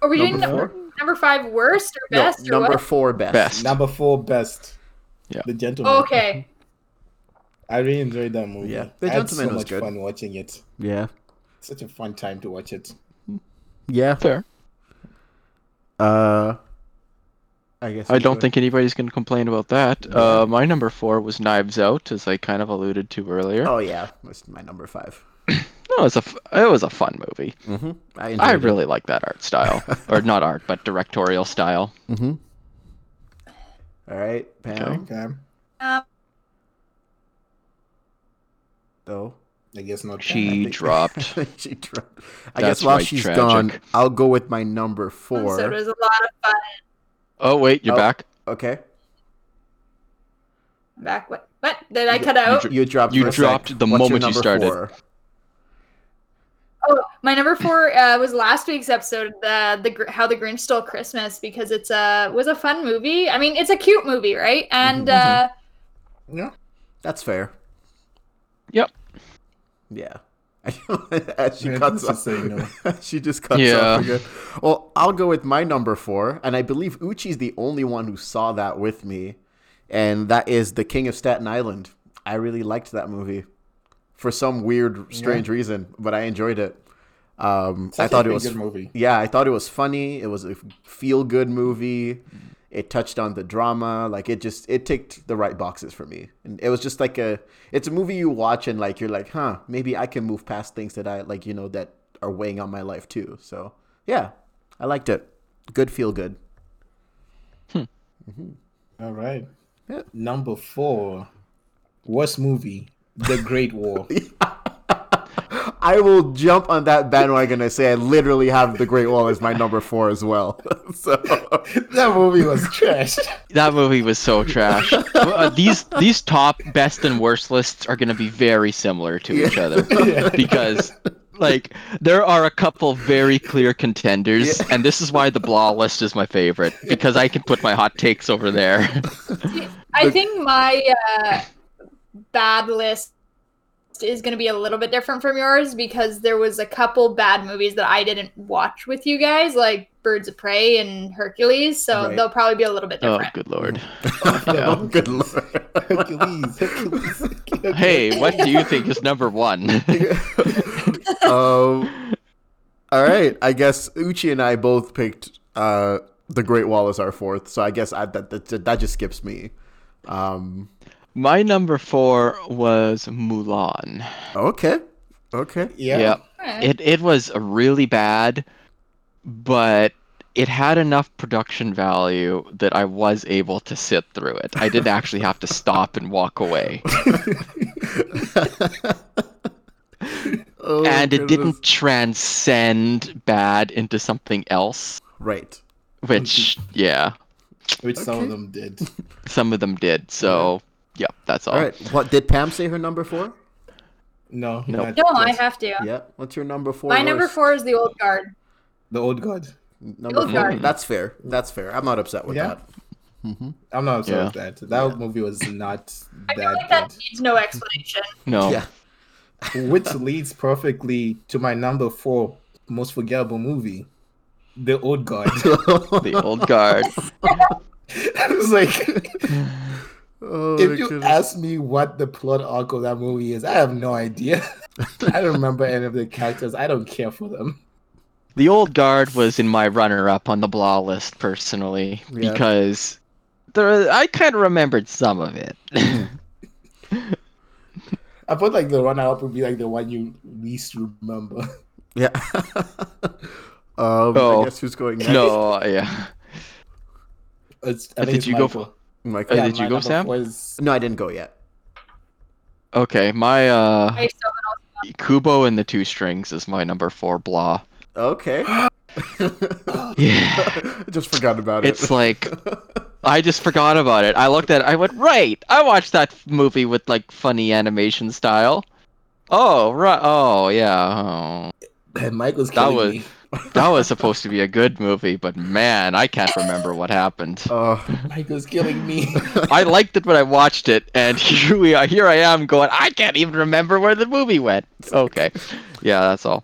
Speaker 2: Are we doing
Speaker 1: Number
Speaker 2: number, number five worst or
Speaker 1: No,
Speaker 2: best or
Speaker 1: number
Speaker 2: what?
Speaker 1: four best.
Speaker 3: Best.
Speaker 4: Number four best.
Speaker 3: Yeah.
Speaker 4: The gentleman.
Speaker 2: Oh, okay.
Speaker 4: I really enjoyed that movie.
Speaker 1: Yeah, The
Speaker 4: I had so
Speaker 1: Gentleman was
Speaker 4: much
Speaker 1: good.
Speaker 4: fun watching it.
Speaker 1: Yeah.
Speaker 4: Such a fun time to watch it.
Speaker 1: Yeah.
Speaker 3: Fair.
Speaker 1: Uh, I guess
Speaker 3: I
Speaker 1: you
Speaker 3: don't
Speaker 1: go-
Speaker 3: think anybody's going to complain about that. Uh, my number four was Knives Out, as I kind of alluded to earlier.
Speaker 1: Oh yeah, that's my number five.
Speaker 3: No, it was a f- it was a fun movie.
Speaker 1: Mm-hmm. I enjoyed
Speaker 3: I
Speaker 1: it.
Speaker 3: really like that art *laughs* style, or not art, but directorial style.
Speaker 1: Mm-hmm. All right, Pam.
Speaker 4: Okay.
Speaker 2: Um,
Speaker 3: *laughs*
Speaker 1: Though
Speaker 4: I guess
Speaker 3: *laughs*
Speaker 4: not.
Speaker 3: She dropped.
Speaker 4: *laughs*
Speaker 1: she dropped. I
Speaker 3: That's
Speaker 1: guess while
Speaker 3: right,
Speaker 1: she's
Speaker 3: tragic.
Speaker 1: gone, I'll go with my number *laughs* four.
Speaker 2: so it was a lot of fun.
Speaker 3: Oh wait, you're
Speaker 1: Oh,
Speaker 3: back.
Speaker 1: okay.
Speaker 2: Back what? What did I cut
Speaker 3: you
Speaker 2: out?
Speaker 3: dr-
Speaker 1: You dropped.
Speaker 3: You
Speaker 1: for a
Speaker 3: dropped
Speaker 1: sec.
Speaker 3: the
Speaker 1: What's your
Speaker 3: moment you
Speaker 1: number
Speaker 3: started.
Speaker 1: four?
Speaker 2: Oh, my number four uh, was last week's episode, the the Gr- how the Grinch stole Christmas, because it's a was a fun movie. I mean, it's a cute movie, right? And
Speaker 1: Mm-hmm,
Speaker 3: Mhm.
Speaker 2: uh,
Speaker 4: Yeah.
Speaker 1: That's fair.
Speaker 3: Yep.
Speaker 1: Yeah. *laughs* I as she
Speaker 4: Yeah,
Speaker 1: cuts
Speaker 4: let's just
Speaker 1: off. *laughs*
Speaker 4: say no.
Speaker 1: she just cuts
Speaker 3: Yeah.
Speaker 1: off again. Well, I'll go with my number four, and I believe Uchi's the only one who saw that with me, and that is The King of Staten Island. I really liked that movie for some weird, strange reason, but I enjoyed it. Um, I
Speaker 4: Such a
Speaker 1: thought it
Speaker 4: pretty
Speaker 1: was
Speaker 4: good movie.
Speaker 1: yeah, I thought it was funny. It was a feel good movie. It touched on the drama. Like it just it ticked the right boxes for me. And it was just like a it's a movie you watch and like you're like, huh, maybe I can move past things that I like, you know, that are weighing on my life too. So yeah. I liked it. Good feel good. *gasps*
Speaker 4: All right.
Speaker 1: Yeah.
Speaker 4: Number four, worst movie, The Great War.
Speaker 1: *laughs* I will jump on that bandwagon and say I literally have the Great Wall as my number four as well. *laughs* so
Speaker 4: *laughs* that movie was trashed.
Speaker 3: That movie was so trash. Uh, these these top best and worst lists are going to be very similar to each other
Speaker 4: *laughs* Yeah.
Speaker 3: because like there are a couple very clear contenders and this is why the blah list is my favorite because I can put my hot takes over there.
Speaker 2: I think my uh, bad list is going to be a little bit different from yours because there was a couple bad movies that I didn't watch with you guys, like Birds of Prey and Hercules. So
Speaker 1: Right. Uh,
Speaker 2: they'll probably be a little bit
Speaker 3: *laughs* Oh
Speaker 2: different.
Speaker 3: good lord.
Speaker 1: *laughs* good lord.
Speaker 4: *laughs* Hercules, Hercules, Hercules.
Speaker 3: Hey, what do you think is number
Speaker 4: *laughs*
Speaker 3: 1?
Speaker 1: *laughs* um, all right. I guess Uchi and I both picked uh, the Great Wall as our fourth, so I guess I, that, that that just skips me. Um,
Speaker 3: my number 4 was Mulan.
Speaker 1: okay, okay,
Speaker 4: Yeah.
Speaker 3: yeah.
Speaker 2: Alright.
Speaker 3: It it was really bad, but it had enough production value that I was able to sit through it. I didn't actually have to stop and walk
Speaker 1: *laughs*
Speaker 3: away.
Speaker 1: Oh,
Speaker 3: and it
Speaker 1: goodness.
Speaker 3: didn't transcend bad into something else,
Speaker 1: Right.
Speaker 3: which
Speaker 1: Mm-hmm.
Speaker 3: yeah,
Speaker 4: Which some of
Speaker 1: Okay.
Speaker 4: them did.
Speaker 3: some of them did. So, yeah, that's all.
Speaker 1: All right. What did Pam say her number four?
Speaker 4: No,
Speaker 3: No.
Speaker 4: not
Speaker 2: no, I
Speaker 4: this.
Speaker 2: have to.
Speaker 1: Yeah. What's your number four?
Speaker 2: My number
Speaker 1: worst?
Speaker 2: four is The Old Guard.
Speaker 4: The old god.
Speaker 1: Number
Speaker 2: Old
Speaker 1: four.
Speaker 2: Guard.
Speaker 1: That's fair. That's fair. I'm not upset with
Speaker 4: Yeah.
Speaker 1: that.
Speaker 3: Mm-hmm.
Speaker 4: I'm not upset with that. That movie was not
Speaker 2: I feel like
Speaker 4: that
Speaker 2: that needs no explanation.
Speaker 3: No.
Speaker 1: Yeah. *laughs*
Speaker 4: good. Which leads perfectly to my number four most forgettable movie, The
Speaker 3: *laughs*
Speaker 4: Old God.
Speaker 3: *laughs*
Speaker 4: *laughs*
Speaker 3: The old guard.
Speaker 4: it's like
Speaker 1: Oh, my
Speaker 4: if you
Speaker 1: goodness.
Speaker 4: ask me what the plot arc of that movie is, I have no idea. *laughs* I don't remember any of the characters. I don't care for them.
Speaker 3: The old guard was in my runner-up on the blah list personally
Speaker 1: Yeah.
Speaker 3: because there, I kind of remembered some of it.
Speaker 1: Mm-hmm.
Speaker 3: *laughs*
Speaker 4: I thought like the runner up would be like the one you least remember. *laughs*
Speaker 1: yeah. *laughs* um,
Speaker 3: Oh.
Speaker 1: I guess who's going next?
Speaker 3: no, yeah.
Speaker 4: It's, I
Speaker 3: Uh,
Speaker 4: think
Speaker 3: did
Speaker 4: it's
Speaker 3: you go
Speaker 4: Michael.
Speaker 1: Michael.
Speaker 3: Uh, did you
Speaker 4: my
Speaker 3: go,
Speaker 4: number
Speaker 3: Sam?
Speaker 4: four is- *clears throat*
Speaker 1: No, I didn't go yet.
Speaker 3: Okay, my uh
Speaker 2: I still don't
Speaker 3: Kubo and the Two Strings is my number four blah.
Speaker 1: Okay. *laughs*
Speaker 3: Yeah.
Speaker 1: just forgot about it.
Speaker 3: *laughs* It's like I just forgot about it. I looked at it, I went, right, I watched that movie with like funny animation style. Oh, right oh yeah.
Speaker 4: Michael's
Speaker 3: That
Speaker 4: killing
Speaker 3: was-
Speaker 4: me.
Speaker 3: Oh. That was supposed to be a good movie, but man, I can't remember what happened.
Speaker 1: *laughs* Oh,
Speaker 4: Michael's killing *laughs* me.
Speaker 3: I liked it when I watched it, and *laughs* here we are here I am going, I can't even remember where the movie went. Okay. Yeah, that's all.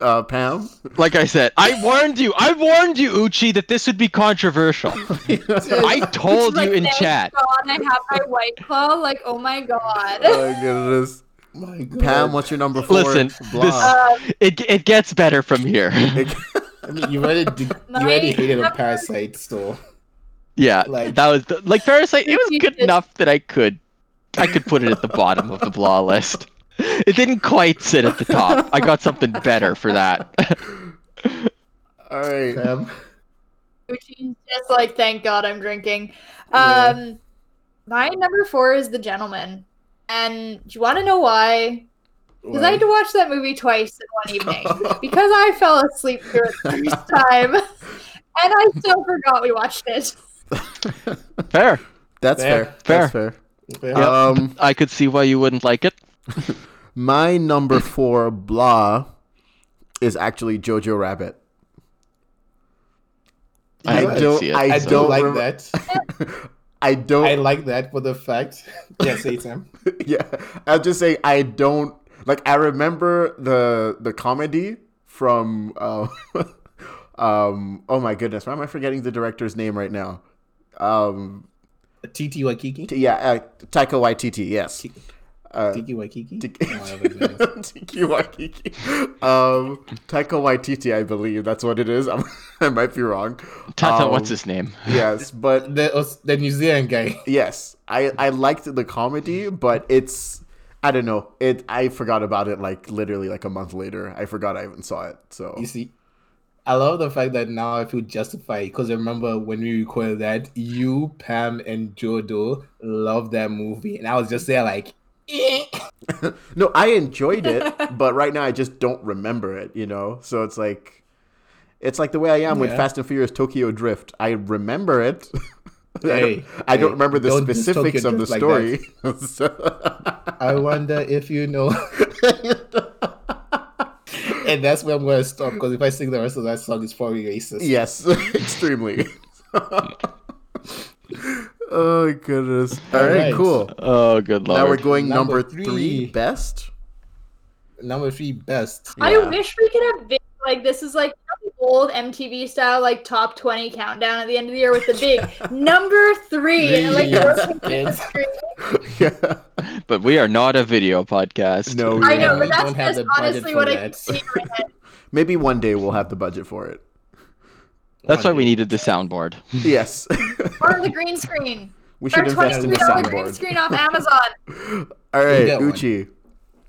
Speaker 1: uh, Pam.
Speaker 3: Like I said, I warned you. I warned you, Uchi, that this would be controversial. *laughs* I told
Speaker 2: like,
Speaker 3: you in
Speaker 2: thank
Speaker 3: chat.
Speaker 2: God I have my white claw. Like, oh
Speaker 1: *laughs*
Speaker 2: my god.
Speaker 1: *laughs*
Speaker 2: *laughs*
Speaker 1: Oh my goodness.
Speaker 4: My God.
Speaker 1: Pam, what's your number four?
Speaker 3: Listen,
Speaker 1: Blah.
Speaker 3: It, it gets better from here.
Speaker 4: I mean, you already did, you
Speaker 2: My
Speaker 4: already hated a
Speaker 2: number-
Speaker 4: parasite, so
Speaker 3: *laughs* yeah,
Speaker 4: Like-
Speaker 3: that was the, like Parasite. It was good
Speaker 2: Jesus.
Speaker 3: enough that I could, I could put it at the bottom of the blah list. It didn't quite sit at the top. I got something better for that. *laughs*
Speaker 1: All right.
Speaker 4: Pam.
Speaker 2: Which is just like, thank God I'm drinking.
Speaker 4: Yeah.
Speaker 2: Um, my number four is The Gentleman, and do you want to know why? Because I had to watch that movie twice in one evening because I fell asleep through it the first time, *laughs* and I still forgot we watched it.
Speaker 3: Fair.
Speaker 1: That's
Speaker 4: Fair.
Speaker 1: fair. That's fair.
Speaker 4: Well,
Speaker 1: Um,
Speaker 3: I could see why you wouldn't like it.
Speaker 1: my number four blah is actually Jojo Rabbit. I
Speaker 3: could
Speaker 1: don't-
Speaker 3: see it,
Speaker 1: I
Speaker 4: I
Speaker 1: so-
Speaker 4: don't like
Speaker 1: rem-
Speaker 4: that.
Speaker 1: I don't. *laughs*
Speaker 4: *laughs* I like that for the fact. Yeah, say it, Sam.
Speaker 1: yeah, I'll just say I don't Like I remember the the comedy from uh, *laughs* um oh my goodness, why am I forgetting the director's name right now? Um
Speaker 4: Titi Waikiki.
Speaker 1: t- yeah, uh, Taika Waititi, yes. *laughs*
Speaker 4: T-
Speaker 1: Uh,
Speaker 4: Tiki Waikiki.
Speaker 1: Tiki
Speaker 4: Oh, I was *laughs* gonna-
Speaker 1: *laughs* Tiki Waikiki. Um, Taika Waititi, I believe that's what it is. *laughs* I'm, I might be wrong.
Speaker 3: Tata,
Speaker 1: Um,
Speaker 3: what's his name?
Speaker 1: Yes, but
Speaker 4: the, Aus- the New Zealand guy.
Speaker 1: Yes, I I liked the comedy, but it's I don't know. It I forgot about it like literally like a month later. I forgot I even saw it. So
Speaker 4: You see, I love the fact that now I feel justified because I remember when we recorded that, you, Pam, and Jodo loved that movie, and I was just there like, eh.
Speaker 1: no, I enjoyed it, *laughs* but right now I just don't remember it. You know, so it's like it's like the way I am with
Speaker 4: Yeah.
Speaker 1: Fast and Furious Tokyo Drift. I remember it. *laughs* I,
Speaker 4: Hey,
Speaker 1: don't, I don't
Speaker 4: hey,
Speaker 1: remember the
Speaker 4: don't do
Speaker 1: specifics
Speaker 4: Tokyo
Speaker 1: of the
Speaker 4: Drift like
Speaker 1: story. So-
Speaker 4: I wonder if you know. *laughs* and that's where I'm going to stop because if I sing the rest of that song, it's probably racist.
Speaker 1: *laughs* Yes, *laughs*
Speaker 4: *laughs*
Speaker 1: extremely. oh goodness! All right,
Speaker 4: Alright.
Speaker 1: cool.
Speaker 3: Oh, good lord.
Speaker 1: Now we're going number,
Speaker 4: Number
Speaker 1: three.
Speaker 4: three.
Speaker 1: best. *laughs*
Speaker 4: Number three, best.
Speaker 2: I
Speaker 1: Yeah.
Speaker 2: wish we could have been like this is like the old MTV style like top twenty countdown at the end of the year with the big number three and like
Speaker 4: Yes,
Speaker 2: working
Speaker 4: yes.
Speaker 2: through-
Speaker 1: yeah.
Speaker 3: But we are not a video podcast.
Speaker 1: No, we
Speaker 2: I
Speaker 1: Yeah,
Speaker 2: know,
Speaker 1: we
Speaker 2: but that's
Speaker 4: don't have
Speaker 2: just
Speaker 4: the budget
Speaker 2: honestly
Speaker 4: for
Speaker 2: what I
Speaker 4: that.
Speaker 2: can see in my head.
Speaker 1: Maybe one day we'll have the budget for
Speaker 4: *laughs*
Speaker 1: it.
Speaker 3: That's why we needed the soundboard.
Speaker 1: Yes. *laughs*
Speaker 2: Or the green screen.
Speaker 1: we should
Speaker 2: Or
Speaker 1: invest
Speaker 2: twenty
Speaker 1: in
Speaker 2: three
Speaker 1: the
Speaker 2: dollar green
Speaker 1: soundboard.
Speaker 2: screen off Amazon.
Speaker 1: All
Speaker 4: We
Speaker 1: right,
Speaker 4: got one.
Speaker 1: Uchi.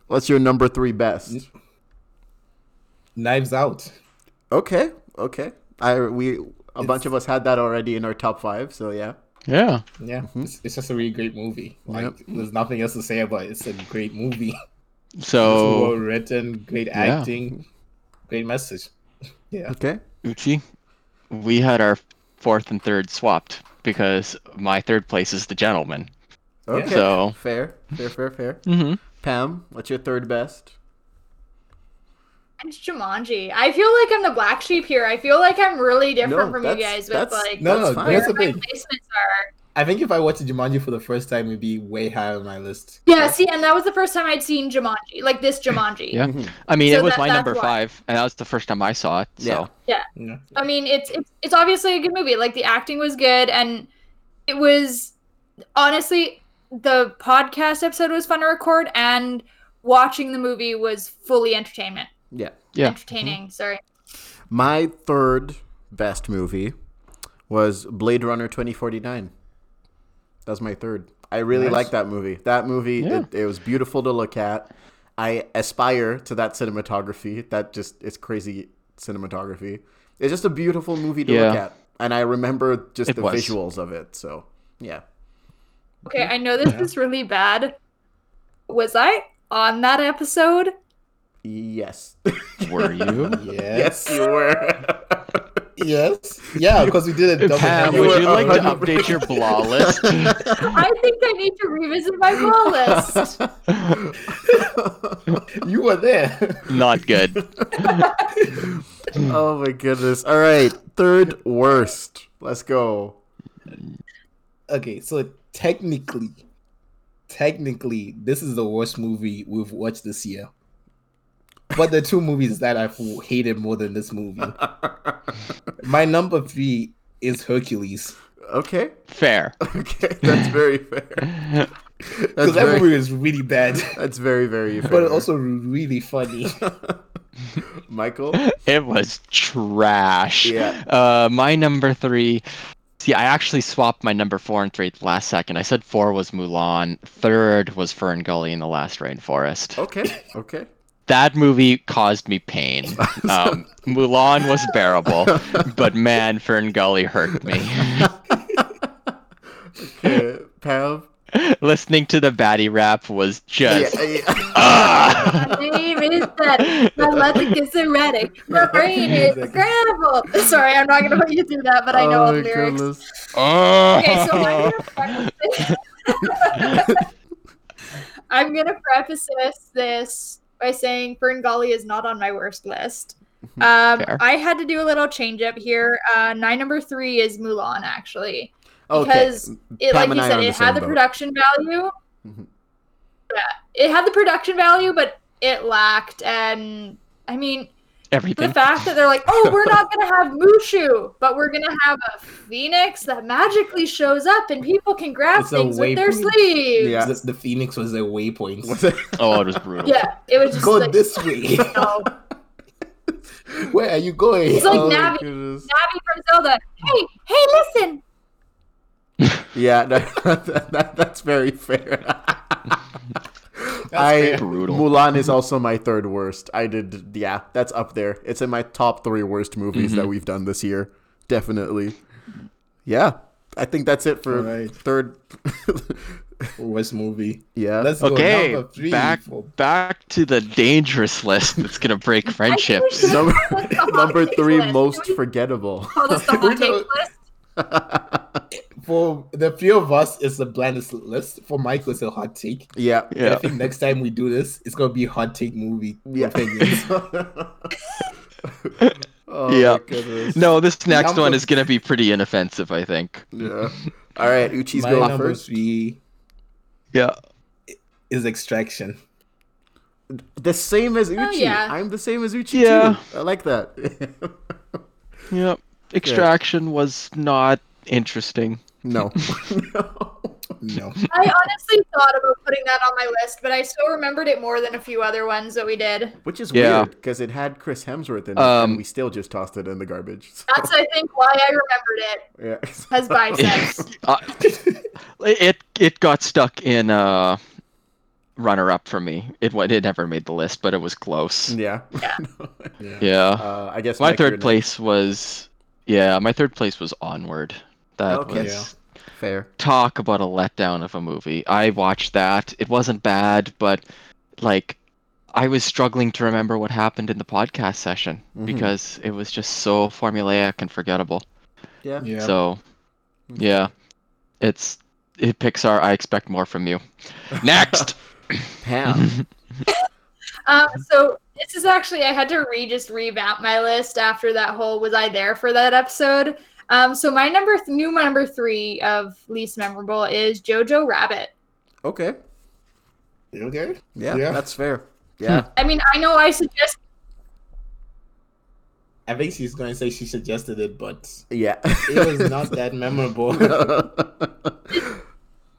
Speaker 1: What's your number three best?
Speaker 4: Knives Out.
Speaker 1: Okay. Okay. I we a bunch of us had that already in our top five. So yeah.
Speaker 3: Yeah.
Speaker 4: Yeah,
Speaker 3: Mm-hmm.
Speaker 4: it's, it's just a really great movie. Like, there's nothing else to say about it. It's a great movie. *laughs* It's well
Speaker 3: So,
Speaker 4: written, great
Speaker 3: Oh. Yeah.
Speaker 4: acting, great message. Yeah.
Speaker 1: Okay.
Speaker 3: Uchi, we had our fourth and third swapped because my third place is The Gentleman.
Speaker 1: Okay.
Speaker 3: So-
Speaker 1: fair, fair, fair, fair.
Speaker 3: Mm-hmm.
Speaker 1: Pam, what's your third best?
Speaker 2: And Jumanji. I feel like I'm the black sheep here. I feel like I'm really different
Speaker 1: No,
Speaker 2: from you
Speaker 1: that's-
Speaker 2: guys with
Speaker 1: that's-
Speaker 2: like
Speaker 4: No,
Speaker 1: That's
Speaker 4: no,
Speaker 1: fine.
Speaker 4: that's
Speaker 2: where
Speaker 4: the
Speaker 2: my
Speaker 4: thing.
Speaker 2: placements are.
Speaker 4: I think if I watched Jumanji for the first time, it'd be way higher on my list.
Speaker 2: Yeah, see, and that was the first time I'd seen Jumanji, like this Jumanji.
Speaker 3: Yeah. I mean,
Speaker 2: So
Speaker 3: it was
Speaker 2: that-
Speaker 3: my
Speaker 2: that's
Speaker 3: number
Speaker 2: why.
Speaker 3: five, and that was the first time I saw it. So, *laughs*
Speaker 4: Yeah.
Speaker 2: I mean, it's it's it's obviously a good movie. Like the acting was good, and it was honestly the podcast episode was fun to record, and watching the movie was fully entertainment,
Speaker 1: Yeah. Mm-hmm.
Speaker 3: yeah.
Speaker 2: entertaining. Sorry,
Speaker 1: My third best movie was Blade Runner 2049. That's my third. I really
Speaker 4: Nice.
Speaker 1: like that movie. That movie,
Speaker 3: Yeah.
Speaker 1: it, it was beautiful to look at. I aspire to that cinematography. That just, it's crazy cinematography. It's just a beautiful movie to look
Speaker 3: Yeah.
Speaker 1: at. And I remember just
Speaker 3: It
Speaker 1: the
Speaker 3: was.
Speaker 1: visuals of it. So, yeah.
Speaker 2: okay, I know this is really bad. Was I on that episode?
Speaker 1: Yes. *laughs*
Speaker 3: *laughs* Were you?
Speaker 4: Yes.
Speaker 1: yes, you were.
Speaker 4: Yes. Yeah, because we did a double.
Speaker 3: Pam,
Speaker 1: You
Speaker 4: double.
Speaker 1: were
Speaker 3: would you like to *laughs*
Speaker 1: 100%
Speaker 3: update your blah list?
Speaker 2: I think I need to revisit my
Speaker 1: *laughs*
Speaker 2: call list.
Speaker 4: You were there.
Speaker 3: *laughs*
Speaker 4: *laughs*
Speaker 3: Not good.
Speaker 1: *laughs* oh my goodness. All right. Third worst. Let's go.
Speaker 4: okay, so technically, technically, this is the worst movie we've watched this year. But the two movies that I've hated more than
Speaker 1: *laughs*
Speaker 4: this movie. My number three is Hercules.
Speaker 1: Okay. *laughs*
Speaker 3: Fair. *laughs*
Speaker 1: Okay. That's very fair. That's
Speaker 4: Because that *laughs*
Speaker 1: very,
Speaker 4: movie is really bad.
Speaker 1: *laughs* that's very, very fair.
Speaker 4: But also really funny.
Speaker 1: Michael.
Speaker 3: It was trash.
Speaker 1: Yeah.
Speaker 3: Uh, my number three. See, I actually swapped my number four and three at the last second. I said four was Mulan, third was Fern Gully in the Last Rainforest.
Speaker 1: Okay. Okay.
Speaker 3: That movie caused me *laughs* pain. Um, Mulan was *laughs* bearable, but man, Fern Gully hurt me. *laughs*
Speaker 1: Okay. Pam.
Speaker 3: Listening to the baddie rap was
Speaker 2: *laughs*
Speaker 3: just.
Speaker 1: Yeah, yeah.
Speaker 3: *laughs* Ah!
Speaker 2: My name is Betty. My logic is erratic. My brain is gravel. Sorry, I'm not gonna put you through that, but I know
Speaker 1: oh
Speaker 2: all
Speaker 1: my
Speaker 2: the lyrics.
Speaker 1: goodness.
Speaker 2: Okay,
Speaker 1: *laughs*
Speaker 2: so
Speaker 3: *laughs*
Speaker 2: I'm gonna preface this. *laughs* I'm gonna preface this, this by saying Fern Gully is not on my worst list.
Speaker 1: Mm-hmm.
Speaker 2: Um,
Speaker 3: Fair.
Speaker 2: I had to do a little change up here. Uh, nine number three is Mulan, actually,
Speaker 1: Okay. *laughs*
Speaker 2: because it,
Speaker 1: Pam and
Speaker 2: like you
Speaker 1: I are
Speaker 2: said,
Speaker 1: on the Mm-hmm.
Speaker 2: it had
Speaker 1: same
Speaker 2: the
Speaker 1: boat.
Speaker 2: production value.
Speaker 1: Mhm.
Speaker 2: Yeah, it had the production value, but it lacked. And I mean, the
Speaker 3: Everything.
Speaker 2: fact that they're like, oh, we're not going to have Mushu, but we're going to have a phoenix that magically shows up and people can grab
Speaker 4: It's a
Speaker 2: things with their
Speaker 4: waypoint.
Speaker 2: sleeves.
Speaker 1: Yeah.
Speaker 4: The, the Phoenix was their waypoint.
Speaker 1: Was it?
Speaker 3: Oh, it was brutal.
Speaker 2: Yeah, it was just
Speaker 4: Go
Speaker 2: like,
Speaker 4: this way.
Speaker 2: *laughs* no.
Speaker 4: Where are you going?
Speaker 2: It's like
Speaker 1: Oh my
Speaker 2: Navi.
Speaker 1: goodness.
Speaker 2: Navi from Zelda. Hey, hey, listen.
Speaker 1: Yeah, no, *laughs* that, that, that's very fair. *laughs* I
Speaker 3: Brutal.
Speaker 1: Mulan is also my third worst. I did yeah, that's up there. It's in my top three worst movies
Speaker 3: Mm-hmm.
Speaker 1: that we've done this year, definitely. Yeah, I think that's it for
Speaker 4: All right.
Speaker 1: third. *laughs*
Speaker 4: Worst movie.
Speaker 1: yeah,
Speaker 4: Let's go.
Speaker 3: Okay,
Speaker 4: Number three.
Speaker 3: back
Speaker 4: for-
Speaker 3: back to the dangerous list that's gonna break friendship.
Speaker 2: *laughs* I think we should
Speaker 1: Uh,
Speaker 4: *laughs*
Speaker 1: Number-
Speaker 2: call this the hot
Speaker 1: number
Speaker 2: takes
Speaker 1: three
Speaker 2: list.
Speaker 1: most
Speaker 2: Can we
Speaker 1: forgettable. *laughs*
Speaker 2: Call this the
Speaker 4: We're
Speaker 2: hot takes
Speaker 4: not-
Speaker 2: list.
Speaker 4: For the few of us, it's the blandest list. For Mike, it's a hot take.
Speaker 3: *laughs*
Speaker 1: Yeah, *laughs*
Speaker 3: *laughs*
Speaker 4: I
Speaker 3: Yeah.
Speaker 4: think next time we do this, it's gonna be hot take movie
Speaker 1: yeah. *laughs*
Speaker 4: opinions.
Speaker 1: oh,
Speaker 3: Yeah.
Speaker 1: My goodness.
Speaker 3: No, this next
Speaker 4: Number-
Speaker 3: one is gonna be pretty inoffensive, I think.
Speaker 1: Yeah. All right, Uchi's
Speaker 4: My
Speaker 1: going
Speaker 4: number
Speaker 1: first.
Speaker 4: three
Speaker 3: Yeah.
Speaker 4: is Extraction.
Speaker 1: The same as Uchi.
Speaker 2: yeah.
Speaker 1: I'm the same as Uchi
Speaker 3: Yeah.
Speaker 1: too. I like that. *laughs*
Speaker 3: Yeah. Extraction was not interesting.
Speaker 1: no. *laughs* no.
Speaker 4: No.
Speaker 2: I honestly thought about putting that on my list, but I still remembered it more than a few other ones that we did.
Speaker 1: Which is
Speaker 3: Yeah.
Speaker 1: weird because it had Chris Hemsworth in it, and
Speaker 3: Um,
Speaker 1: we still just tossed it in the garbage. So,
Speaker 2: That's, I think, why I remembered it
Speaker 1: yeah.
Speaker 4: *laughs*
Speaker 2: as biceps.
Speaker 3: Uh, it it got stuck in uh runner up for me. It wa- it never made the list, but it was close.
Speaker 1: *laughs* yeah. *laughs*
Speaker 3: Yeah.
Speaker 1: Uh, I guess
Speaker 3: my
Speaker 1: Mike, you're
Speaker 3: third
Speaker 1: next.
Speaker 3: place was yeah, my third place was Onward. That
Speaker 1: Okay.
Speaker 3: was
Speaker 4: Yeah.
Speaker 1: Fair.
Speaker 3: talk about a letdown of a movie. I watched that. It wasn't bad, but like I was struggling to remember what happened in the podcast session
Speaker 1: Mhm.
Speaker 3: because it was just so formulaic and forgettable.
Speaker 1: Yeah.
Speaker 4: Yeah.
Speaker 3: So yeah. It's it Pixar, I expect more from you. Next.
Speaker 1: Pam.
Speaker 2: Um, so this is actually I had to re just revamp my list after that whole was I there for that episode. Um, so my number th- new number three of least memorable is Jojo Rabbit.
Speaker 3: Mm-hmm.
Speaker 1: Okay.
Speaker 4: You okay?
Speaker 1: Yeah,
Speaker 4: Yeah.
Speaker 1: That's fair.
Speaker 3: Hmm.
Speaker 1: Yeah.
Speaker 2: I mean, I know I suggest
Speaker 4: I think she's gonna say she suggested it, but
Speaker 1: yeah.
Speaker 4: it
Speaker 1: *laughs*
Speaker 4: was not that memorable. *laughs*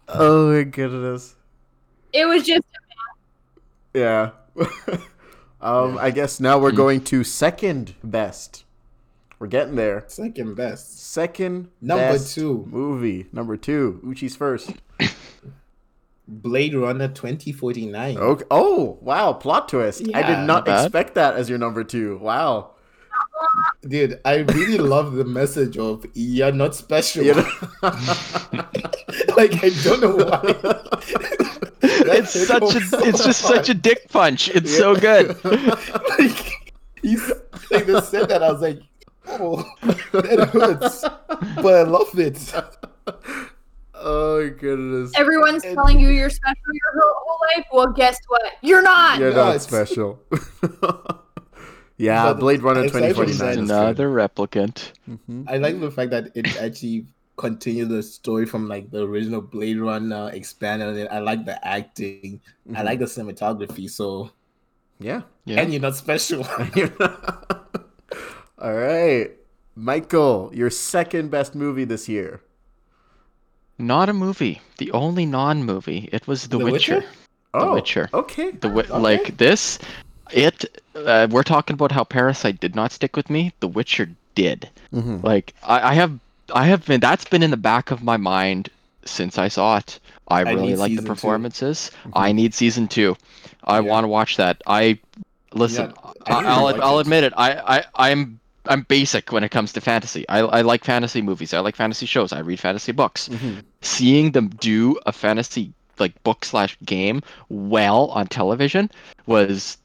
Speaker 1: oh my goodness.
Speaker 2: it was just
Speaker 1: Yeah. *laughs* um, I guess now
Speaker 3: Hmm.
Speaker 1: we're going to second best. We're getting there.
Speaker 4: Second best.
Speaker 1: Second
Speaker 4: Number
Speaker 1: best
Speaker 4: two.
Speaker 1: movie. Number two. Uchi's first.
Speaker 4: Blade Runner 2049.
Speaker 1: Okay. Oh wow! Plot twist. I
Speaker 4: Yeah.
Speaker 1: did not
Speaker 3: Not bad.
Speaker 1: expect that as your number two. Wow.
Speaker 4: *laughs* Dude, I really love the message of you're not special.
Speaker 1: You know?
Speaker 4: *laughs* like I don't know why.
Speaker 3: *laughs* it's such a it's just such a dick punch. It's so good.
Speaker 4: like, he's, like they said that I was like, oh, that hurts, but I love it.
Speaker 1: oh my goodness.
Speaker 2: everyone's
Speaker 4: And-
Speaker 2: telling you you're special your whole, whole life. Well, guess what? You're not.
Speaker 1: You're
Speaker 4: No,
Speaker 1: not
Speaker 4: it's-
Speaker 1: special. *laughs* yeah,
Speaker 4: But
Speaker 1: Blade Runner
Speaker 4: aside
Speaker 1: twenty *laughs*
Speaker 4: from
Speaker 1: forty
Speaker 4: that-
Speaker 1: nine.
Speaker 3: Another replicant.
Speaker 1: Mm-hmm.
Speaker 4: I like the fact that it actually continued the story from like the original Blade Runner, expanded on it. I like the acting, I like the cinematography. So,
Speaker 1: Yeah.
Speaker 3: Yeah.
Speaker 4: and you're not special.
Speaker 1: *laughs* All right, Michael, your second best movie this year.
Speaker 3: Not a movie. The only non-movie. It was The,
Speaker 4: The
Speaker 3: Witcher.
Speaker 4: Witcher?
Speaker 1: Oh,
Speaker 3: Witcher.
Speaker 1: Okay.
Speaker 3: The wi- like this, it. Uh, we're talking about how Parasite did not stick with me. The Witcher did.
Speaker 1: Mm-hmm.
Speaker 3: Like I, I have, I have been. That's been in the back of my mind since I saw it. I
Speaker 4: I
Speaker 3: really like the
Speaker 4: need season two. Mm-hmm.
Speaker 3: performances. I need season two. I
Speaker 4: Yeah.
Speaker 3: want to watch that. I listen.
Speaker 4: Yeah, *laughs* I
Speaker 3: I,
Speaker 4: really
Speaker 3: I'll
Speaker 4: like
Speaker 3: I'll
Speaker 4: it.
Speaker 3: admit it. I I I'm. I'm basic when it comes to fantasy. I, I like fantasy movies. I like fantasy shows. I read fantasy books
Speaker 1: Mm-hmm.
Speaker 3: seeing them do a fantasy like book slash game well on television was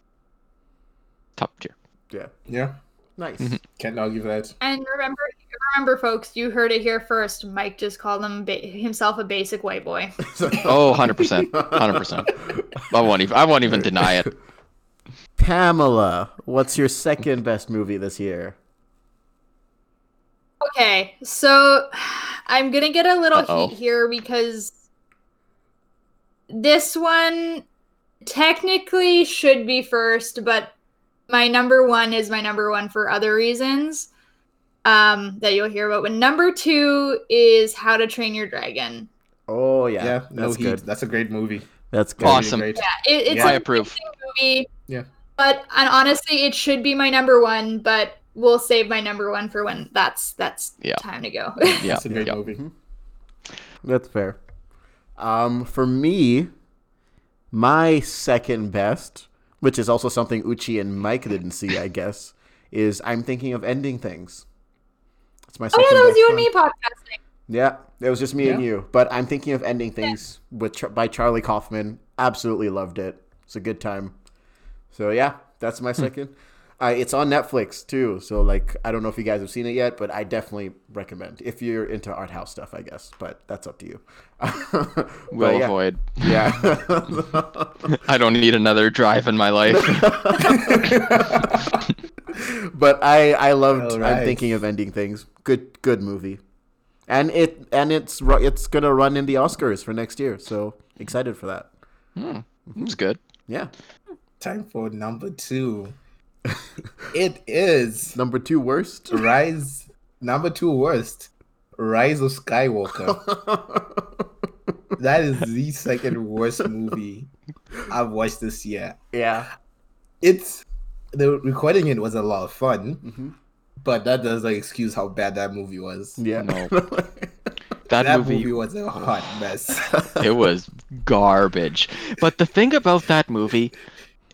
Speaker 3: top
Speaker 4: *laughs*
Speaker 3: tier.
Speaker 1: Yeah.
Speaker 4: yeah,
Speaker 1: Nice. *laughs*
Speaker 4: can't argue with that.
Speaker 2: And remember, remember, folks, you heard it here first. Mike just called him ba- himself a basic white boy.
Speaker 3: Oh, 100%. 100%. I won't even I won't even deny it.
Speaker 1: Pamela, what's your second best movie this year?
Speaker 2: Okay, so I'm gonna get a little
Speaker 3: Uh-oh.
Speaker 2: heat here because this one technically should be first, but my number one is my number one for other reasons um, that you'll hear about. But number two is How to Train Your Dragon.
Speaker 1: Oh
Speaker 4: Yeah,
Speaker 1: yeah,
Speaker 4: no
Speaker 1: that's
Speaker 4: heat.
Speaker 1: good.
Speaker 4: That's a great movie.
Speaker 1: That's good.
Speaker 4: Really
Speaker 3: Awesome.
Speaker 4: great.
Speaker 2: Yeah, it, it's
Speaker 4: Yeah.
Speaker 3: I
Speaker 2: an
Speaker 3: approve.
Speaker 2: amazing movie.
Speaker 4: Yeah.
Speaker 2: But and honestly, it should be my number one, but we'll save my number one for when that's that's
Speaker 3: Yeah.
Speaker 2: time to go. *laughs*
Speaker 3: Yeah.
Speaker 4: *laughs* It's a great
Speaker 3: yeah. Mm-hmm.
Speaker 4: movie.
Speaker 1: That's fair. Um, for me, my second best, which is also something Uchi and Mike didn't see, I guess, is I'm thinking of ending things. That's my
Speaker 2: oh
Speaker 1: second.
Speaker 2: yeah, that was
Speaker 1: best
Speaker 2: you and
Speaker 1: one.
Speaker 2: me podcasting.
Speaker 1: Yeah, it was just me and
Speaker 4: Yeah.
Speaker 1: you. But I'm thinking of ending things with Char- by Charlie Kaufman. Absolutely loved it. It's a good time. So yeah, that's
Speaker 4: Hmm.
Speaker 1: my second. Uh, it's on Netflix too. So like, I don't know if you guys have seen it yet, but I definitely recommend if you're into art house stuff, I guess. But that's up to you. *laughs* But,
Speaker 3: Will
Speaker 1: yeah.
Speaker 3: avoid.
Speaker 1: *laughs*
Speaker 3: *laughs*
Speaker 1: Yeah. *laughs*
Speaker 3: I don't need another drive in my life.
Speaker 1: but I I loved.
Speaker 4: All
Speaker 1: I'm
Speaker 4: right.
Speaker 1: thinking of ending things. Good good movie, and it and it's ru- it's gonna run in the Oscars for next year. So excited for that.
Speaker 3: it was good.
Speaker 1: Yeah,
Speaker 4: Time for
Speaker 3: *laughs*
Speaker 4: number two. it is
Speaker 1: number two worst.
Speaker 4: Rise. Number two worst. Rise of
Speaker 3: *laughs*
Speaker 4: Skywalker. that is the second worst movie I've watched this year.
Speaker 1: yeah,
Speaker 4: It's the recording it was a lot of fun,
Speaker 1: Mhm.
Speaker 4: but that doesn't excuse how bad that movie was.
Speaker 1: yeah. *laughs*
Speaker 3: No.
Speaker 4: That,
Speaker 3: That,
Speaker 4: movie,
Speaker 3: movie,
Speaker 4: was a hot
Speaker 3: *laughs*
Speaker 4: mess.
Speaker 3: it was garbage. But the thing about that movie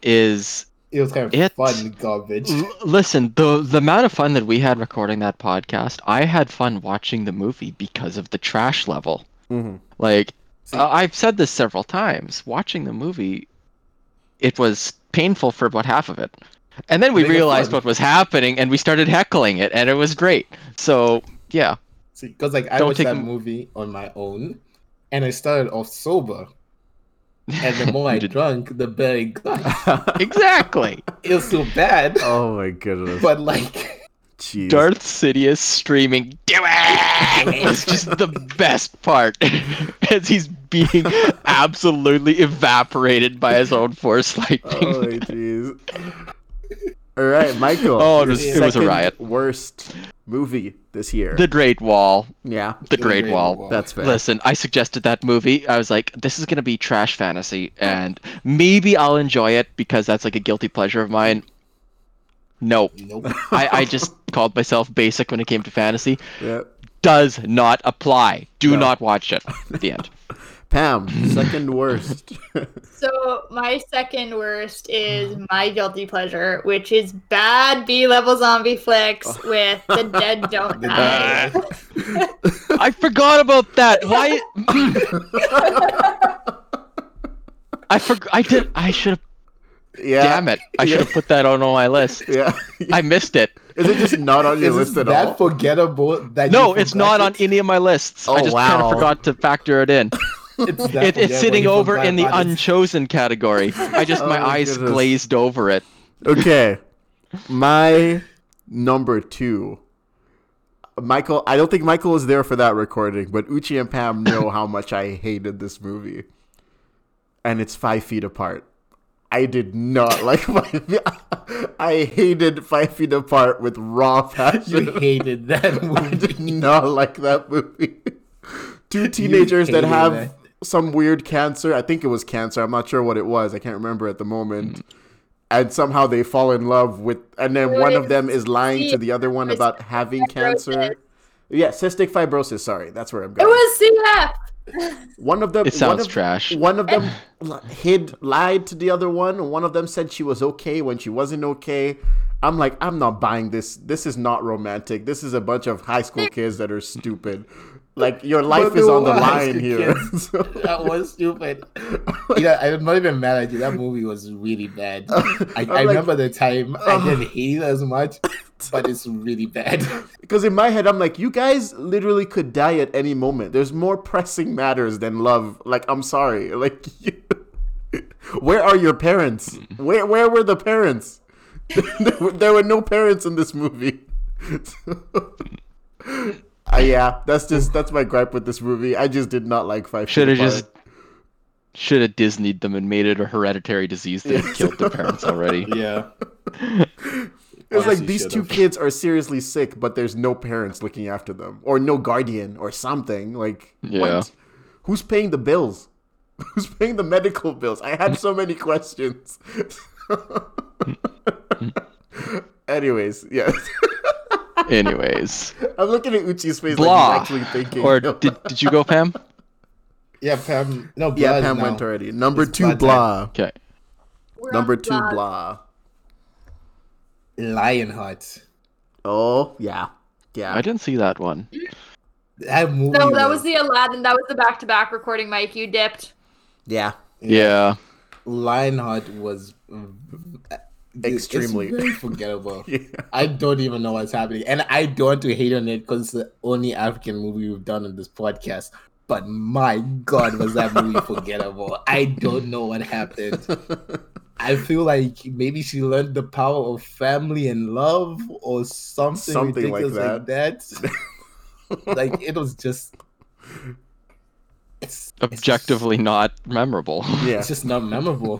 Speaker 3: is
Speaker 4: it was kind of
Speaker 3: It- Mm.
Speaker 4: fun garbage. *laughs*
Speaker 3: L- Listen, the the amount of fun that we had recording that podcast, I had fun watching the movie because of the trash level.
Speaker 1: Mhm.
Speaker 3: Like
Speaker 4: See-
Speaker 3: uh, I've said this several times, watching the movie, it was painful for about half of it, and then we
Speaker 4: Big of
Speaker 3: realized
Speaker 4: fun.
Speaker 3: what was happening, and we started heckling it, and it was great. So yeah,
Speaker 4: Because like I
Speaker 3: Don't
Speaker 4: watched
Speaker 3: take
Speaker 4: that
Speaker 3: m-
Speaker 4: movie on my own, and I started off sober. And
Speaker 3: *laughs*
Speaker 4: the more I drank, the better it got.
Speaker 3: Mm-hmm. exactly.
Speaker 4: It was so
Speaker 3: *laughs*
Speaker 4: bad,
Speaker 1: oh my goodness.
Speaker 4: but like
Speaker 1: Jeez.
Speaker 3: Darth Sidious screaming, "Do it!" It's just the best part, *laughs* as he's being absolutely evaporated by his own force lightning.
Speaker 1: Oh my jeez. All right, Michael.
Speaker 3: Oh, it
Speaker 1: your
Speaker 3: was- it was a
Speaker 1: second
Speaker 3: riot.
Speaker 1: Worst movie this year.
Speaker 3: The Great Wall,
Speaker 1: yeah,
Speaker 3: the Great, Wall.
Speaker 1: that's fair.
Speaker 3: Listen, I suggested that movie. I was like, this is gonna be trash fantasy, and maybe I'll enjoy it because that's like a guilty pleasure of mine. No,
Speaker 1: *laughs*
Speaker 4: nope.
Speaker 3: I, I just called myself basic when it came to fantasy.
Speaker 1: Yeah.
Speaker 3: Does not apply. Do
Speaker 1: No.
Speaker 3: not watch it. The end.
Speaker 1: Pam, second worst.
Speaker 2: So my second worst is my guilty pleasure, which is bad B level zombie flicks with the dead don't
Speaker 4: The
Speaker 1: Ah.
Speaker 2: die.
Speaker 4: dog.
Speaker 3: I forgot about that.
Speaker 1: *laughs*
Speaker 3: Why? *laughs* I forgot. I did. I should have.
Speaker 1: yeah.
Speaker 3: *laughs* Damn it! I should have put that on
Speaker 1: *laughs*
Speaker 3: my list.
Speaker 1: Yeah.
Speaker 3: I missed it.
Speaker 1: Is it just not on your
Speaker 4: Is
Speaker 1: list
Speaker 4: this
Speaker 1: at
Speaker 4: that
Speaker 1: all?
Speaker 4: forgettable? That
Speaker 3: No,
Speaker 4: you
Speaker 3: it's not on
Speaker 4: forgot it?
Speaker 3: any of my lists.
Speaker 1: Oh,
Speaker 3: I just kind
Speaker 1: wow.
Speaker 3: of forgot to factor it in.
Speaker 4: It's, that
Speaker 3: It, it's
Speaker 4: forgettable
Speaker 3: sitting
Speaker 4: you
Speaker 3: over
Speaker 4: forgot
Speaker 3: in the
Speaker 4: about it.
Speaker 3: unchosen category.
Speaker 1: *laughs*
Speaker 3: I just my
Speaker 1: Oh,
Speaker 3: eyes
Speaker 1: goodness.
Speaker 3: glazed over it.
Speaker 1: okay. My number two. Michael, I don't think Michael was there for that recording, but Uchi and Pam know how much I hated this movie. And it's five feet apart. I did not *laughs* like five. I hated five feet apart with raw passion.
Speaker 4: You hated
Speaker 1: *laughs*
Speaker 4: that
Speaker 1: I
Speaker 4: movie.
Speaker 1: did not like that movie. *laughs* Two teenagers that
Speaker 4: hated
Speaker 1: have
Speaker 4: that.
Speaker 1: some weird cancer. I think it was cancer. I'm not sure what it was. I can't remember at the moment. And somehow they fall in love with, and then
Speaker 2: It
Speaker 1: one of
Speaker 2: was-
Speaker 1: them is lying to the other one
Speaker 2: was
Speaker 1: about having cancer.
Speaker 2: fibrosis.
Speaker 1: Yeah, cystic fibrosis. Sorry, that's where I'm
Speaker 2: It
Speaker 1: going.
Speaker 2: was CF.
Speaker 1: one of them.
Speaker 3: It sounds
Speaker 1: one of,
Speaker 3: trash.
Speaker 1: One of
Speaker 3: *laughs*
Speaker 1: them li- hid, lied to the other one. and One of them said she was okay when she wasn't okay. I'm like, I'm not buying this. This is not romantic. This is a bunch of high school kids that are stupid. Like your life
Speaker 4: they
Speaker 1: is on the
Speaker 4: were high
Speaker 1: line
Speaker 4: school
Speaker 1: here.
Speaker 4: kids.
Speaker 1: *laughs* So-
Speaker 4: that was stupid. yeah, I'm not even mad at you. That movie was really
Speaker 1: *laughs*
Speaker 4: bad. I, I
Speaker 1: like- Um.
Speaker 4: remember the time I didn't hate it as
Speaker 1: *laughs*
Speaker 4: much, but it's really bad.
Speaker 1: Because in my head, I'm like, you guys literally could die at any moment. There's more pressing matters than love. Like, I'm sorry. *laughs* Like, you... where are your parents? Where where were the parents? *laughs* there, were, there were no parents in this movie. *laughs* Uh, yeah, that's just that's my gripe with this movie. I just did not like Five. Feet
Speaker 3: Should have
Speaker 1: Apart.
Speaker 3: just should have Disneyed them and made it a hereditary disease that
Speaker 1: *laughs*
Speaker 3: had killed their parents already.
Speaker 4: *laughs* Yeah.
Speaker 1: It's like
Speaker 4: Honestly,
Speaker 1: these two
Speaker 4: should've.
Speaker 1: kids are seriously sick, but there's no parents looking after them, or no guardian, or something. Like,
Speaker 3: Yeah.
Speaker 1: what? Who's paying the bills? *laughs* Who's paying the medical bills? I had so many questions. *laughs* Anyways, yeah, *laughs*
Speaker 3: Anyways,
Speaker 1: I'm looking at Uchi's face
Speaker 3: blah.
Speaker 1: like he's actually thinking. *laughs*
Speaker 3: Or did, did you go, Pam?
Speaker 4: Yeah, Pam. No,
Speaker 1: yeah,
Speaker 4: Blood
Speaker 1: Pam
Speaker 4: now.
Speaker 1: went already. Number
Speaker 4: It's
Speaker 1: two,
Speaker 4: blood
Speaker 1: blah.
Speaker 3: Okay.
Speaker 2: We're
Speaker 1: Number
Speaker 2: on
Speaker 1: two,
Speaker 2: blog.
Speaker 1: blah.
Speaker 4: Lionheart.
Speaker 1: Oh yeah, yeah.
Speaker 3: I didn't see that one.
Speaker 4: That movie.
Speaker 2: No, that was the Aladdin. That was the back-to-back recording, Mike. You dipped.
Speaker 1: Yeah. *laughs*
Speaker 3: Yeah.
Speaker 4: Lionheart was mm, it's
Speaker 1: Extremely.
Speaker 4: very forgettable.
Speaker 1: Yeah.
Speaker 4: I don't even know what's happening, and I don't want to hate on it because it's the only African movie we've done on this podcast. But my God, was
Speaker 1: *laughs*
Speaker 4: that movie forgettable? I don't know what happened. I feel like maybe she learned the power of family and love, or something,
Speaker 1: Something like
Speaker 4: ridiculous like
Speaker 1: *laughs*
Speaker 4: that. like it was just. It's, it's just-
Speaker 3: Objectively not memorable. *laughs*
Speaker 1: yeah.
Speaker 4: it's just not memorable.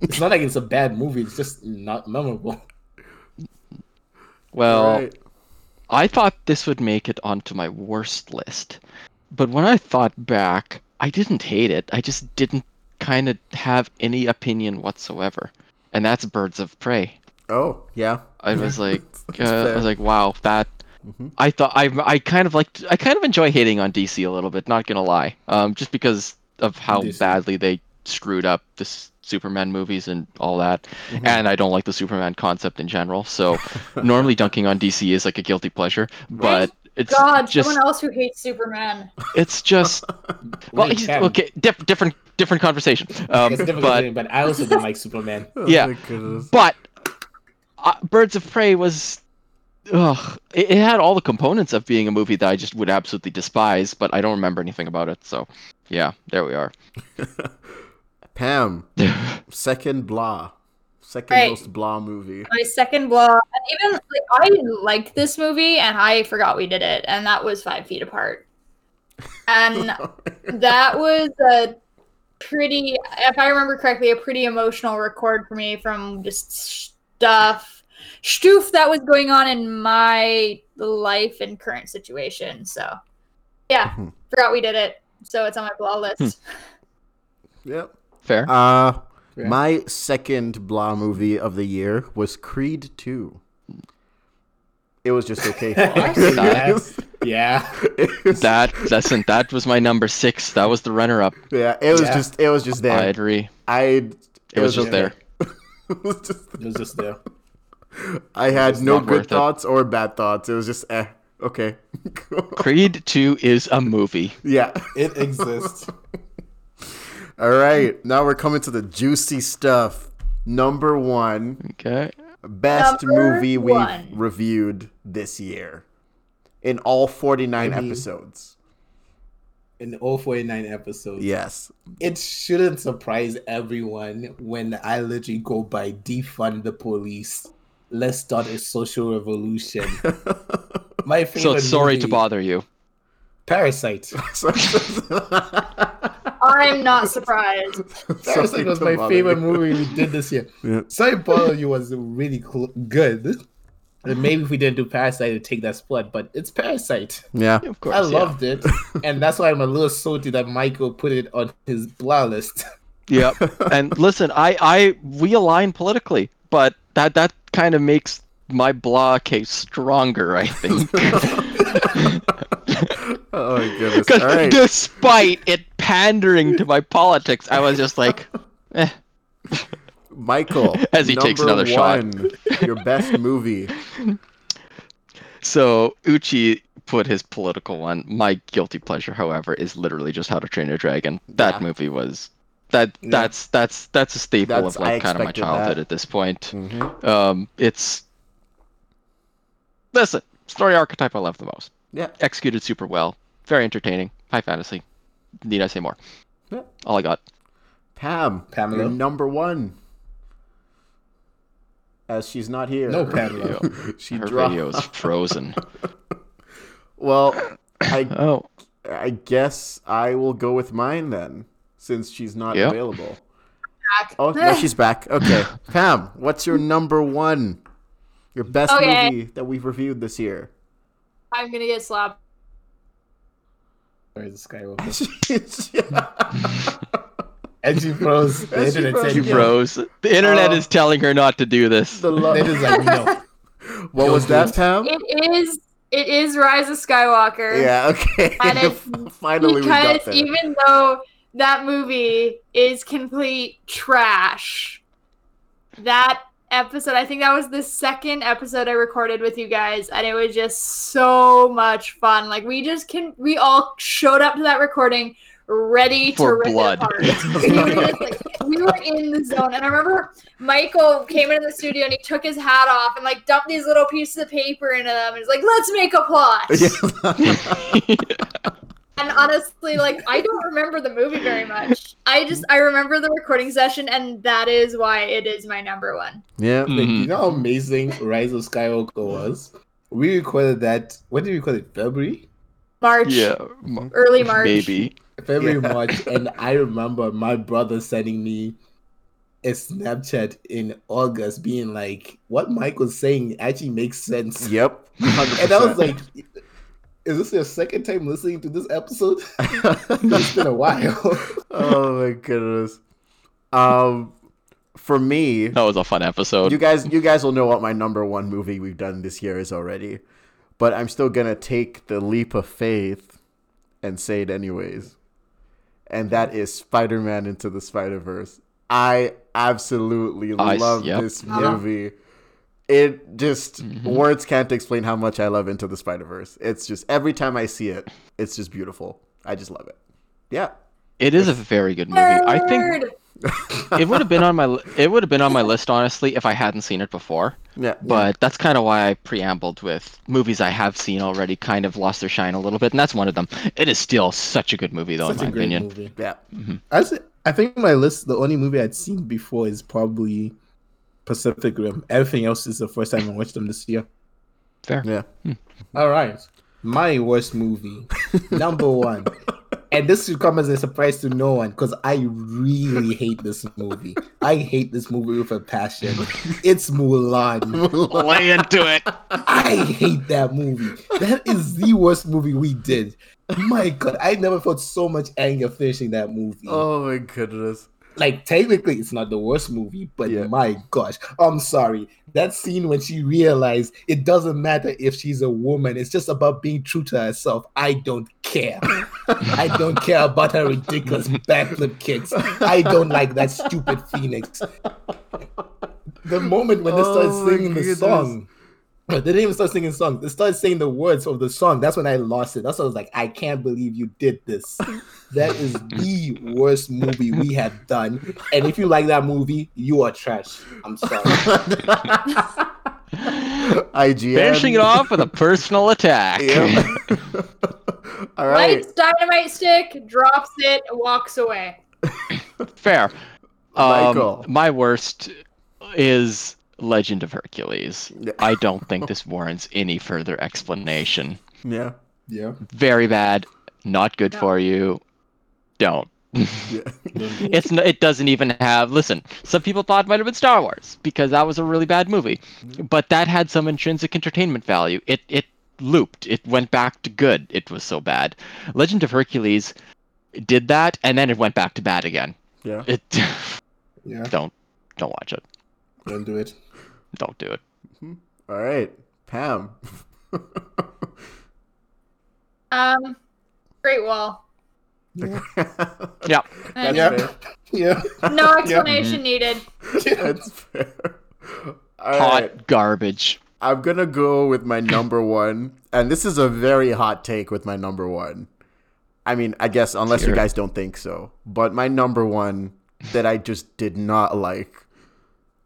Speaker 4: it's not like it's a bad movie. It's just not memorable.
Speaker 3: Well,
Speaker 1: Right.
Speaker 3: I thought this would make it onto my worst list. But when I thought back, I didn't hate it. I just didn't kind of have any opinion whatsoever. And that's Birds of Prey.
Speaker 1: Oh yeah.
Speaker 3: I was like,
Speaker 1: That's
Speaker 3: uh, I
Speaker 1: fair.
Speaker 3: was like, wow, that.
Speaker 1: Mhm.
Speaker 3: I thought I I kind of liked I kind of enjoy hating on DC a little bit, not gonna lie, um, just because of how
Speaker 4: DC.
Speaker 3: badly they screwed up the S- Superman movies and all that,
Speaker 1: Mm-hmm.
Speaker 3: and I don't like the Superman concept in general. So normally dunking on DC is like a guilty pleasure, but it's
Speaker 2: God,
Speaker 3: just
Speaker 2: someone else who hates Superman.
Speaker 3: it's just well,
Speaker 4: Wait,
Speaker 3: he's-
Speaker 4: Cam,
Speaker 3: okay, diff- different different conversation, um,
Speaker 4: It's different,
Speaker 3: but
Speaker 4: but, but I also don't like
Speaker 3: *laughs*
Speaker 4: Superman.
Speaker 1: Oh,
Speaker 3: Yeah.
Speaker 1: my goodness.
Speaker 3: but uh, Birds of Prey was, ugh, it, it had all the components of being a movie that I just would absolutely despise, but I don't remember anything about it. So, yeah, there we are. *laughs*
Speaker 1: Pam, second blah, second
Speaker 2: Right.
Speaker 1: most blah movie. *laughs*
Speaker 2: My second blog. And even like, I liked this movie, and I forgot we did it, and that was Five Feet Apart. And that was a pretty, if I remember correctly, a pretty emotional record for me from just stuff, stoof that was going on in my life and current situation. So, yeah,
Speaker 1: Mhm.
Speaker 2: forgot we did it. So it's on my blah list.
Speaker 1: yep.
Speaker 3: Fair.
Speaker 1: Uh,
Speaker 4: Yeah.
Speaker 1: my second blah movie of the year was Creed Two. It was just *laughs* okay.
Speaker 4: yeah. yeah.
Speaker 1: It was-
Speaker 3: that listen, that was my number six. That was the runner-up.
Speaker 1: yeah, it was
Speaker 4: Yeah.
Speaker 1: just it was just
Speaker 3: I
Speaker 1: there.
Speaker 3: agree.
Speaker 1: I it,
Speaker 3: It was just
Speaker 1: okay.
Speaker 3: there.
Speaker 1: *laughs* It was just-
Speaker 4: It was just there.
Speaker 1: I had
Speaker 3: was
Speaker 1: no
Speaker 3: not worth
Speaker 1: good
Speaker 3: it.
Speaker 1: thoughts or bad thoughts. It was just eh, okay. *laughs*
Speaker 3: Creed Two is a movie.
Speaker 1: yeah.
Speaker 4: It exists.
Speaker 1: All right. Now we're coming to the juicy stuff. Number one.
Speaker 3: Okay.
Speaker 1: best
Speaker 2: Number
Speaker 1: movie
Speaker 2: one.
Speaker 1: we've reviewed this year in all 49
Speaker 4: I mean-
Speaker 1: episodes.
Speaker 4: In all 49 episodes.
Speaker 1: Yes. *laughs*
Speaker 4: It shouldn't surprise everyone when I literally go by defund the police. Let's start a social *laughs* revolution. My
Speaker 3: So
Speaker 4: favorite
Speaker 3: it's sorry
Speaker 4: movie,
Speaker 3: to bother you.
Speaker 4: Parasite.
Speaker 1: So- Sorry
Speaker 2: I'm not surprised.
Speaker 4: Parasite was
Speaker 1: to
Speaker 4: my
Speaker 1: bother
Speaker 4: favorite
Speaker 1: you.
Speaker 4: movie we did this year.
Speaker 1: *laughs* Yeah.
Speaker 4: Sorry, Bother You was really cool, good. And maybe if we didn't do Parasite, it'd take that spot, but it's Parasite.
Speaker 3: *laughs*
Speaker 1: Yeah.
Speaker 3: Of course.
Speaker 4: I
Speaker 3: yeah.
Speaker 4: loved
Speaker 1: *laughs*
Speaker 4: it, and that's why I'm a little salty that Michael put it on his blah list.
Speaker 3: Yep. and listen, I, I we align politically, but that that kind of makes my blah case stronger, I
Speaker 4: *laughs*
Speaker 3: think.
Speaker 1: Oh my goodness.
Speaker 3: Because
Speaker 1: All right.
Speaker 3: despite it pandering to my politics, I was just like, eh.
Speaker 1: Michael.
Speaker 3: *laughs* As he takes
Speaker 1: number
Speaker 3: another shot.
Speaker 1: shot. Your best movie.
Speaker 3: So Uchi put his political one. My guilty pleasure, however, is literally just How to Train Your Dragon. That
Speaker 1: Yeah.
Speaker 3: movie was that
Speaker 4: Yeah.
Speaker 3: that's that's that's a staple
Speaker 1: That's-
Speaker 3: of
Speaker 1: I
Speaker 3: like kind of my
Speaker 1: expected that.
Speaker 3: childhood at this point.
Speaker 1: Mm-hmm.
Speaker 3: Um, it's listen story archetype I love the most.
Speaker 1: Yeah.
Speaker 3: executed super well, very entertaining, high fantasy. Need I say more?
Speaker 1: Yeah.
Speaker 3: All I got.
Speaker 1: Pam.
Speaker 4: Pamela?
Speaker 1: Your number one. As she's not here.
Speaker 4: No, Pamela.
Speaker 1: *laughs* She
Speaker 3: Her
Speaker 1: dropped.
Speaker 3: video is frozen.
Speaker 1: *laughs* Well, I
Speaker 3: oh, *laughs*
Speaker 1: I guess I will go with mine then. since she's not
Speaker 3: Yep.
Speaker 1: available.
Speaker 2: Back.
Speaker 1: Oh, no,
Speaker 2: *laughs*
Speaker 1: she's back. Okay. Pam, what's your number one? Your best
Speaker 2: Okay.
Speaker 1: movie that we've reviewed this year. *laughs*
Speaker 2: I'm gonna get slapped.
Speaker 4: Where's the Skywalker?
Speaker 1: She's-
Speaker 4: And she froze. The
Speaker 1: And she
Speaker 4: internet
Speaker 1: froze.
Speaker 4: said
Speaker 1: She
Speaker 3: She
Speaker 1: Yeah.
Speaker 4: no.
Speaker 3: froze. The internet
Speaker 1: Uh,
Speaker 3: is telling her not to do this.
Speaker 1: the lo-
Speaker 4: They just
Speaker 1: *laughs*
Speaker 4: like no.
Speaker 1: what was
Speaker 4: Don't
Speaker 1: that,
Speaker 4: do
Speaker 1: Pam?
Speaker 2: It is. It is Rise of Skywalker.
Speaker 1: Yeah, okay. *laughs*
Speaker 2: And it-
Speaker 1: Finally, we got
Speaker 2: because
Speaker 1: there. *laughs*
Speaker 2: even though that movie is complete trash, that episode, I think that was the second episode I recorded with you guys, and it was just so much fun. Like we just can, we all showed up to that recording ready
Speaker 3: For
Speaker 2: to rip
Speaker 3: blood.
Speaker 2: It
Speaker 1: *laughs*
Speaker 2: apart. we, were just, like, we were in the zone, and I remember Michael came into the studio and he took his hat off and like dumped these little pieces of paper into them, and he's like, "Let's make
Speaker 1: *laughs*
Speaker 2: a plot." And honestly, like I don't remember the movie very much. I just I remember the recording session, and that is why it is my number one.
Speaker 1: yeah.
Speaker 4: Like,
Speaker 3: Mhm.
Speaker 4: You know
Speaker 1: Mm-hmm.
Speaker 4: how amazing Rise of Skywalker was? We recorded that. When did we record it? February?
Speaker 2: March,
Speaker 3: yeah, m-
Speaker 2: early March.
Speaker 3: maybe.
Speaker 4: February,
Speaker 1: Yeah.
Speaker 4: March.
Speaker 3: *laughs*
Speaker 4: And I remember my brother sending me a Snapchat in August being like, what Mike was saying actually makes sense.
Speaker 1: Yep. 100%.
Speaker 4: And I was *laughs* like, is this your second time listening to this
Speaker 3: *laughs*
Speaker 4: episode? it's been a while.
Speaker 1: *laughs* oh my goodness. Um, for me,
Speaker 3: That was a fun episode.
Speaker 1: you guys, you guys will know what my number one movie we've done this year is already, but I'm still gonna take the leap of faith and say it anyways, and that is Spider-Man into the Spider-Verse. I absolutely
Speaker 3: I s-
Speaker 1: love
Speaker 3: yep.
Speaker 1: this
Speaker 2: Uh-huh.
Speaker 1: movie. It just
Speaker 3: Mhm.
Speaker 1: words can't explain how much I love Into the Spider-Verse. It's just every time I see it, it's just beautiful. I just love it. Yeah.
Speaker 3: it is a very good movie. I think
Speaker 2: Nerd!
Speaker 3: it would have been on my li- it would have been on my list honestly if I hadn't seen it before.
Speaker 1: Yeah.
Speaker 3: But that's kind of why I preambled with movies I have seen already kind of lost their shine a little bit, and that's one of them. It is still such a good movie though,
Speaker 4: *laughs*
Speaker 3: in
Speaker 4: Such a
Speaker 3: my
Speaker 4: great
Speaker 3: opinion.
Speaker 4: movie.
Speaker 1: Yeah.
Speaker 4: I s- I think my list, the only movie I'd seen before is probably Pacific Rim. Everything else is the first time I watched them this year.
Speaker 3: Fair.
Speaker 1: Yeah.
Speaker 4: All right. My worst movie, number one. And this should come as a surprise to no one because I really hate this movie. I hate this movie with a passion. It's Mulan.
Speaker 3: Lay into it.
Speaker 4: I hate that movie. That is the worst movie we did. My God, I never felt so much anger finishing that movie.
Speaker 1: *laughs* Oh my goodness. *laughs*
Speaker 4: like technically it's not the worst movie, but
Speaker 1: Yeah.
Speaker 4: my gosh, I'm sorry. That scene when she realized it doesn't matter if she's a woman, it's just about being true to herself. I don't care. I don't care about her ridiculous backflip kicks. I don't like that stupid Phoenix. The moment when they started
Speaker 1: Oh my
Speaker 4: singing the
Speaker 1: goodness.
Speaker 4: song. They didn't even start singing songs. They started saying the words of the song. That's when I lost it. That's when I was like, I can't believe you did this. That is the worst movie we have done. And if you like that movie, you are trash. I'm sorry.
Speaker 1: IGN.
Speaker 3: Finishing it off with a personal attack.
Speaker 1: Yeah. *laughs* All right.
Speaker 2: Lights, dynamite stick, drops it, walks away.
Speaker 3: Fair. Um,
Speaker 1: Michael.
Speaker 3: my worst is Legend of Hercules.
Speaker 1: Yeah.
Speaker 3: I don't think this warrants any further explanation.
Speaker 1: Yeah.
Speaker 4: Yeah.
Speaker 3: Very bad. Not good
Speaker 2: No.
Speaker 3: for you. Don't.
Speaker 1: Yeah.
Speaker 3: It's n- it doesn't even have. Listen, some people thought it might have been Star Wars because that was a really bad movie, but that had some intrinsic entertainment value. It it looped. It went back to good. It was so bad. Legend of Hercules did that, and then it went back to bad again.
Speaker 1: Yeah.
Speaker 3: It *laughs*
Speaker 4: Yeah.
Speaker 3: don't don't watch it.
Speaker 4: Don't do it.
Speaker 3: Don't do it.
Speaker 1: All right. Pam. *laughs*
Speaker 2: Um, Great Wall.
Speaker 3: Yeah.
Speaker 1: That's
Speaker 2: Uh,
Speaker 1: fair.
Speaker 4: Yeah. *laughs*
Speaker 2: No explanation needed.
Speaker 1: That's fair. All
Speaker 3: Hot
Speaker 1: right.
Speaker 3: garbage.
Speaker 1: I'm gonna go with my number one, and this is a very hot take with my number one. I mean, I guess unless you
Speaker 3: Sure.
Speaker 1: guys don't think so, but my number one that I just did not like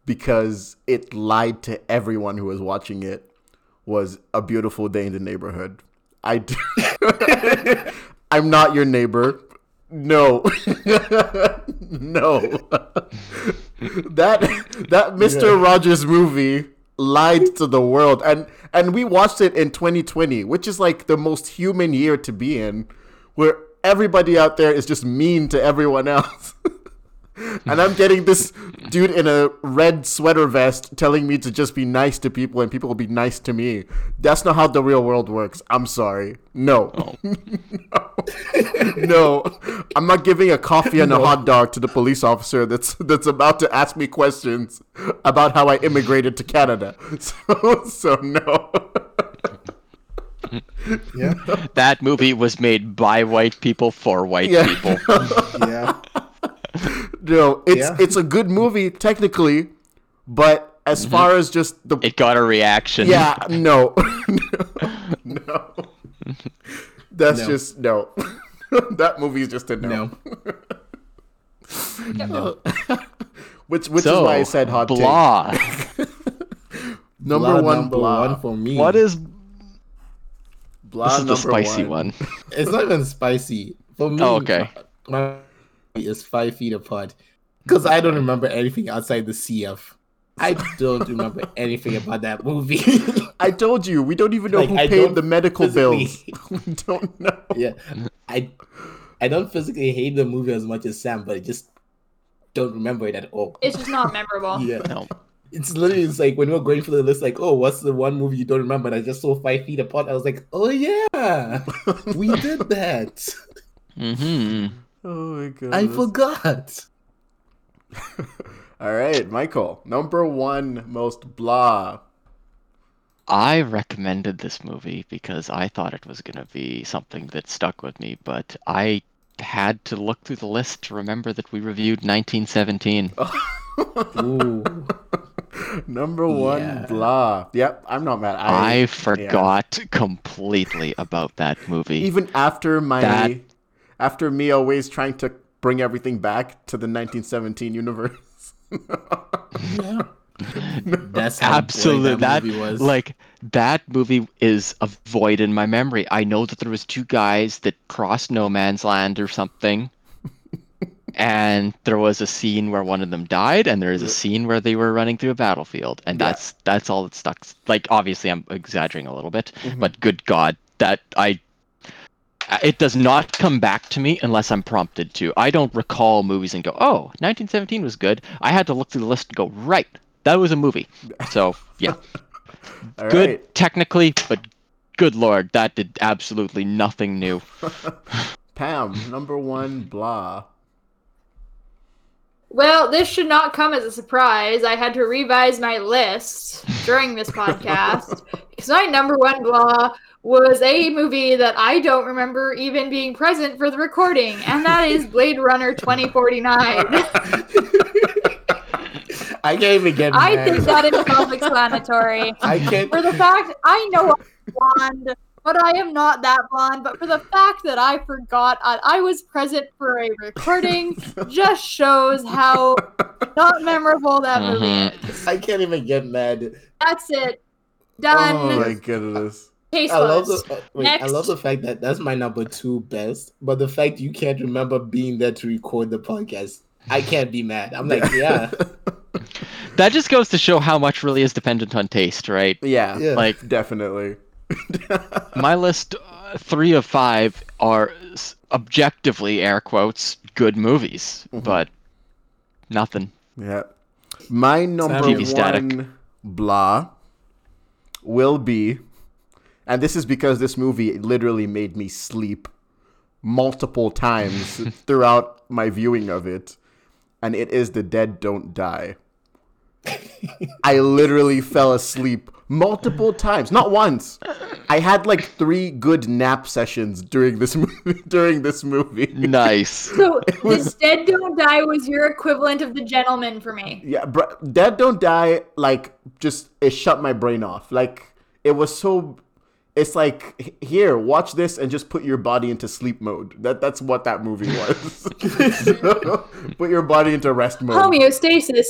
Speaker 1: because it lied to everyone who was watching it was a beautiful day in the neighborhood. I d- *laughs* I'm not your neighbor. No. *laughs* no. that that Mr. Rogers movie lied to the world and and we watched it in 2020, which is like the most human year to be in where everybody out there is just mean to everyone else. *laughs* and I'm getting this dude in a red sweater vest telling me to just be nice to people and people will be nice to me. That's not how the real world works. I'm sorry. No. no. no. I'm not giving a coffee and a hot dog to the police officer that's that's about to ask me questions about how I immigrated to Canada. *laughs* So so no.
Speaker 4: Yeah,
Speaker 3: That movie was made by white people for white
Speaker 1: Yeah.
Speaker 3: people.
Speaker 1: *laughs*
Speaker 4: yeah.
Speaker 1: No, it's
Speaker 4: Yeah.
Speaker 1: it's a good movie technically, but as
Speaker 4: Mm-hmm.
Speaker 1: far as just the
Speaker 3: It got a reaction.
Speaker 1: yeah,
Speaker 3: *laughs*
Speaker 1: no, *laughs* no, no. that's
Speaker 4: No.
Speaker 1: just no. *laughs* that movie's just a no.
Speaker 4: No.
Speaker 1: Mm-hmm. *laughs* Which which
Speaker 3: so,
Speaker 1: is why I said hot take.
Speaker 3: blah.
Speaker 1: *laughs* Number
Speaker 4: Blah,
Speaker 1: one,
Speaker 4: number
Speaker 1: blah.
Speaker 4: one for me.
Speaker 3: What is
Speaker 1: Blah
Speaker 3: this? Is the
Speaker 1: number
Speaker 3: spicy one?
Speaker 4: It's not even spicy for me.
Speaker 3: Oh, okay.
Speaker 4: My is five feet apart because I don't remember anything outside the CF. I
Speaker 3: *laughs*
Speaker 4: don't remember anything about that movie. *laughs*
Speaker 1: I told you we don't even know
Speaker 4: Like,
Speaker 1: who
Speaker 4: I
Speaker 1: paid
Speaker 4: don't
Speaker 1: the medical bills.
Speaker 4: physically-
Speaker 1: *laughs* we don't know.
Speaker 4: yeah, I I don't physically hate the movie as much as Sam, but I just don't remember it at all.
Speaker 2: It's just not memorable.
Speaker 4: Yeah,
Speaker 1: *laughs*
Speaker 3: No.
Speaker 4: it's literally it's like when we were going through the list, like, oh, what's the one movie you don't remember? And I just saw Five Feet Apart. I was like,
Speaker 3: *laughs*
Speaker 4: oh yeah, we did that.
Speaker 3: hmm
Speaker 1: Oh my god!
Speaker 3: Mm.
Speaker 4: I forgot.
Speaker 1: All right, Michael. Number one most blah.
Speaker 3: I recommended this movie because I thought it was going to be something that stuck with me, but I had to look through the list to remember that we reviewed 1917.
Speaker 1: Oh,
Speaker 4: Ooh.
Speaker 1: Number one
Speaker 4: Yeah.
Speaker 1: blah. Yep, I'm not mad.
Speaker 3: I, forgot completely about that movie.
Speaker 1: even after my
Speaker 3: That-
Speaker 1: after me always trying to bring everything back to the 1917 universe. *laughs*
Speaker 4: *laughs* Yeah. That's how
Speaker 3: Absolutely,
Speaker 4: absolutely
Speaker 3: that,
Speaker 4: that, movie was.
Speaker 3: like that movie is a void in my memory. I know that there was two guys that crossed no man's land or
Speaker 4: *laughs*
Speaker 3: something, and there was a scene where one of them died, and there is a scene where they were running through a battlefield, and
Speaker 1: Yeah.
Speaker 3: that's that's all that stuck. Like obviously, I'm exaggerating a little bit,
Speaker 4: Mm-hmm.
Speaker 3: but good God, that I. It does not come back to me unless I'm prompted to. I don't recall movies and go, "Oh, 1917 was good." I had to look through the list and go, "Right, that was a movie." So yeah,
Speaker 1: All
Speaker 3: good
Speaker 1: right.
Speaker 3: technically, but good lord, that did absolutely nothing new.
Speaker 1: Pam, number one blah.
Speaker 2: Well, this should not come as a surprise. I had to revise my list during this podcast because my number one blah was a movie that I don't remember even being present for the recording, and that is Blade Runner 2049.
Speaker 4: I can't even get
Speaker 2: I
Speaker 4: mad.
Speaker 2: think that is self-explanatory.
Speaker 4: I can't.
Speaker 2: For the fact I know I'm blonde, but I am not that blonde. But for the fact that I forgot I, I was present for a recording, just shows how not memorable that movie
Speaker 3: Mhm.
Speaker 2: is.
Speaker 4: I can't even get mad.
Speaker 2: That's it. Done.
Speaker 1: Oh my goodness.
Speaker 2: Case
Speaker 4: I love
Speaker 2: closed.
Speaker 4: the. uh, Wait, I
Speaker 2: Next.
Speaker 4: love the fact that that's my number two best, but the fact you can't remember being there to record the podcast, I can't be
Speaker 1: *laughs*
Speaker 4: mad. I'm like, yeah,
Speaker 3: That just goes to show how much really is dependent on taste, right?
Speaker 1: Yeah,
Speaker 4: yeah.
Speaker 3: Like
Speaker 1: definitely.
Speaker 3: my list, uh, three of five are s- objectively air quotes good movies, but nothing.
Speaker 1: Yeah. My number
Speaker 4: TV
Speaker 1: one
Speaker 3: static.
Speaker 1: blah will be, and this is because this movie literally made me sleep multiple times throughout my viewing of it, and it is The Dead Don't Die. I literally fell asleep multiple times, not once. I had like three good nap sessions during this *laughs* movie. During this movie,
Speaker 3: Nice.
Speaker 1: *laughs*
Speaker 2: So this dead don't die was your equivalent of the gentleman for me.
Speaker 1: Yeah, bro, Dead Don't Die, like, just, it shut my brain off. Like, it was so, it's like, h- here, watch this and just put your body into sleep mode. That That's what that movie was. *laughs* put your body into rest mode.
Speaker 2: Homeostasis.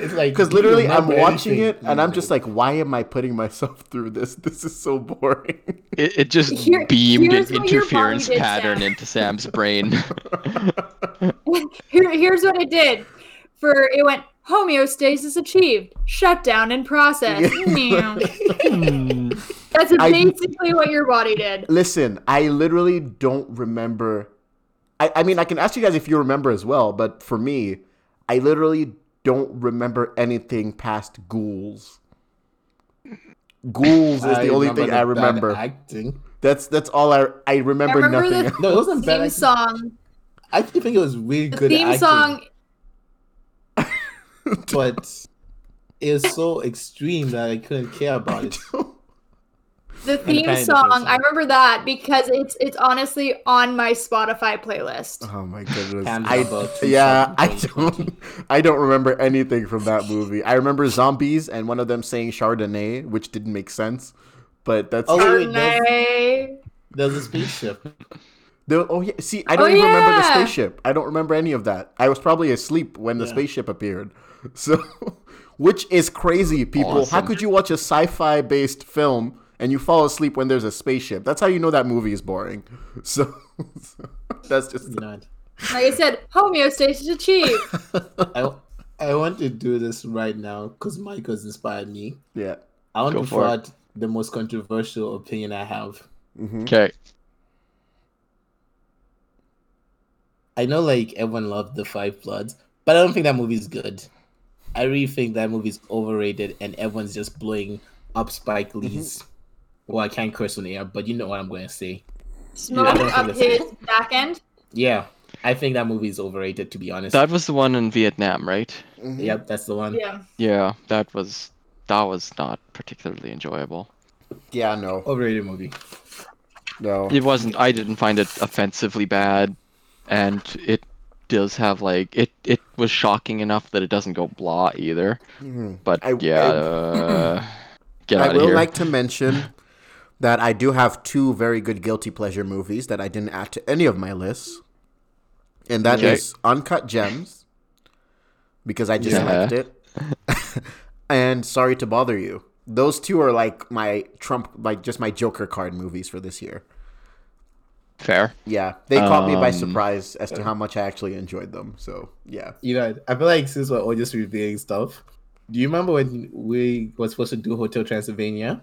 Speaker 1: *laughs*
Speaker 4: it's like
Speaker 1: Because
Speaker 4: you
Speaker 1: literally, I'm
Speaker 4: remember
Speaker 1: watching
Speaker 4: everything.
Speaker 1: it and I'm just like, why am I putting myself through this? This is so boring. *laughs*
Speaker 3: It, it
Speaker 2: *laughs*
Speaker 3: just
Speaker 2: Here-
Speaker 3: beamed an
Speaker 2: here's what your body
Speaker 3: interference
Speaker 2: did,
Speaker 3: pattern
Speaker 2: Sam.
Speaker 3: into Sam's brain.
Speaker 1: Mm-hmm.
Speaker 2: Here, here's what it did. For
Speaker 1: *laughs*
Speaker 2: it went homeostasis achieved. Shut down and process. Meow.
Speaker 3: Hmm.
Speaker 2: That's
Speaker 1: I-
Speaker 2: basically what your body did.
Speaker 1: Listen, I literally don't remember. I, I mean, I can ask you guys if you remember as well, but for me, I literally don't remember anything past ghouls. Ghouls is the only thing I
Speaker 4: the bad
Speaker 1: remember.
Speaker 4: Acting.
Speaker 1: That's that's all I I
Speaker 2: I
Speaker 1: remember, nothing.
Speaker 2: remember the
Speaker 1: else.
Speaker 4: No, it wasn't bad.
Speaker 2: theme
Speaker 4: acting.
Speaker 2: song.
Speaker 4: I actually think it was really
Speaker 2: The
Speaker 4: good
Speaker 2: theme
Speaker 4: acting,
Speaker 2: song.
Speaker 4: but it was so extreme that I couldn't care about it.
Speaker 2: The theme
Speaker 4: kinda
Speaker 2: song.
Speaker 4: person.
Speaker 2: I remember that because it's it's honestly on my Spotify playlist.
Speaker 1: Oh my goodness!
Speaker 4: Hands
Speaker 1: I,
Speaker 4: above two
Speaker 1: yeah, I
Speaker 4: thousand
Speaker 1: don't I don't remember anything from that movie. I remember zombies and one of them saying Chardonnay, which didn't make sense. But that's
Speaker 4: Oh,
Speaker 1: oh,
Speaker 4: wait, wait, there's-
Speaker 2: Chardonnay.
Speaker 4: There's a spaceship.
Speaker 1: oh yeah. See, I don't
Speaker 2: Oh,
Speaker 1: even remember the
Speaker 2: yeah.
Speaker 1: spaceship. I don't remember any of that. I was probably asleep when the
Speaker 4: Yeah.
Speaker 1: spaceship appeared. *laughs* So, which is crazy, people. How
Speaker 3: Awesome.
Speaker 1: could you watch a sci-fi based film and you fall asleep when there's a spaceship? That's how you know that movie is boring. *laughs* So, that's just
Speaker 4: You know,
Speaker 2: Like I said,
Speaker 1: *laughs*
Speaker 2: homeostasis achieved.
Speaker 4: I, I want to do this right now because Michael's inspired me.
Speaker 1: yeah.
Speaker 4: I want
Speaker 3: Go
Speaker 4: to
Speaker 3: for
Speaker 4: throw out the most controversial opinion I have.
Speaker 1: hmm
Speaker 3: Okay.
Speaker 4: I know like everyone loved the Five Bloods, but I don't think that movie's good. I really think that movie's overrated, and everyone's just blowing up Spike
Speaker 3: Mm-hmm.
Speaker 4: Lee's. Well, I can't curse on air, but you know what I'm going to say.
Speaker 2: Smoke
Speaker 4: Yeah.
Speaker 2: up his back end.
Speaker 4: Yeah, I think that movie's overrated, to be honest.
Speaker 3: That was the one in Vietnam, right?
Speaker 4: Yep, that's the one.
Speaker 2: Yeah.
Speaker 3: Yeah, that was that was not particularly enjoyable.
Speaker 1: Yeah. No.
Speaker 4: Overrated movie.
Speaker 1: No.
Speaker 3: It wasn't I didn't find it offensively bad and it does have like it it was shocking enough that it doesn't go blah either.
Speaker 1: Mhm.
Speaker 3: But
Speaker 1: I-
Speaker 3: yeah,
Speaker 1: I- *clears throat*
Speaker 3: uh, get
Speaker 1: I
Speaker 3: out of
Speaker 1: will
Speaker 3: here.
Speaker 1: like to mention that I do have two very good guilty pleasure movies that I didn't add to any of my lists, and that is
Speaker 3: Okay.
Speaker 1: Uncut Gems because I just
Speaker 3: Yeah.
Speaker 1: liked it, *laughs* and Sorry to Bother You. Those two are like my Trump, like just my Joker card movies for this year.
Speaker 3: Fair.
Speaker 1: Yeah, they caught me by
Speaker 3: Um,
Speaker 1: surprise as to how much I actually enjoyed them. So yeah,
Speaker 4: You know, I feel like since we're all just reviewing stuff, do you remember when we were supposed to do Hotel Transylvania?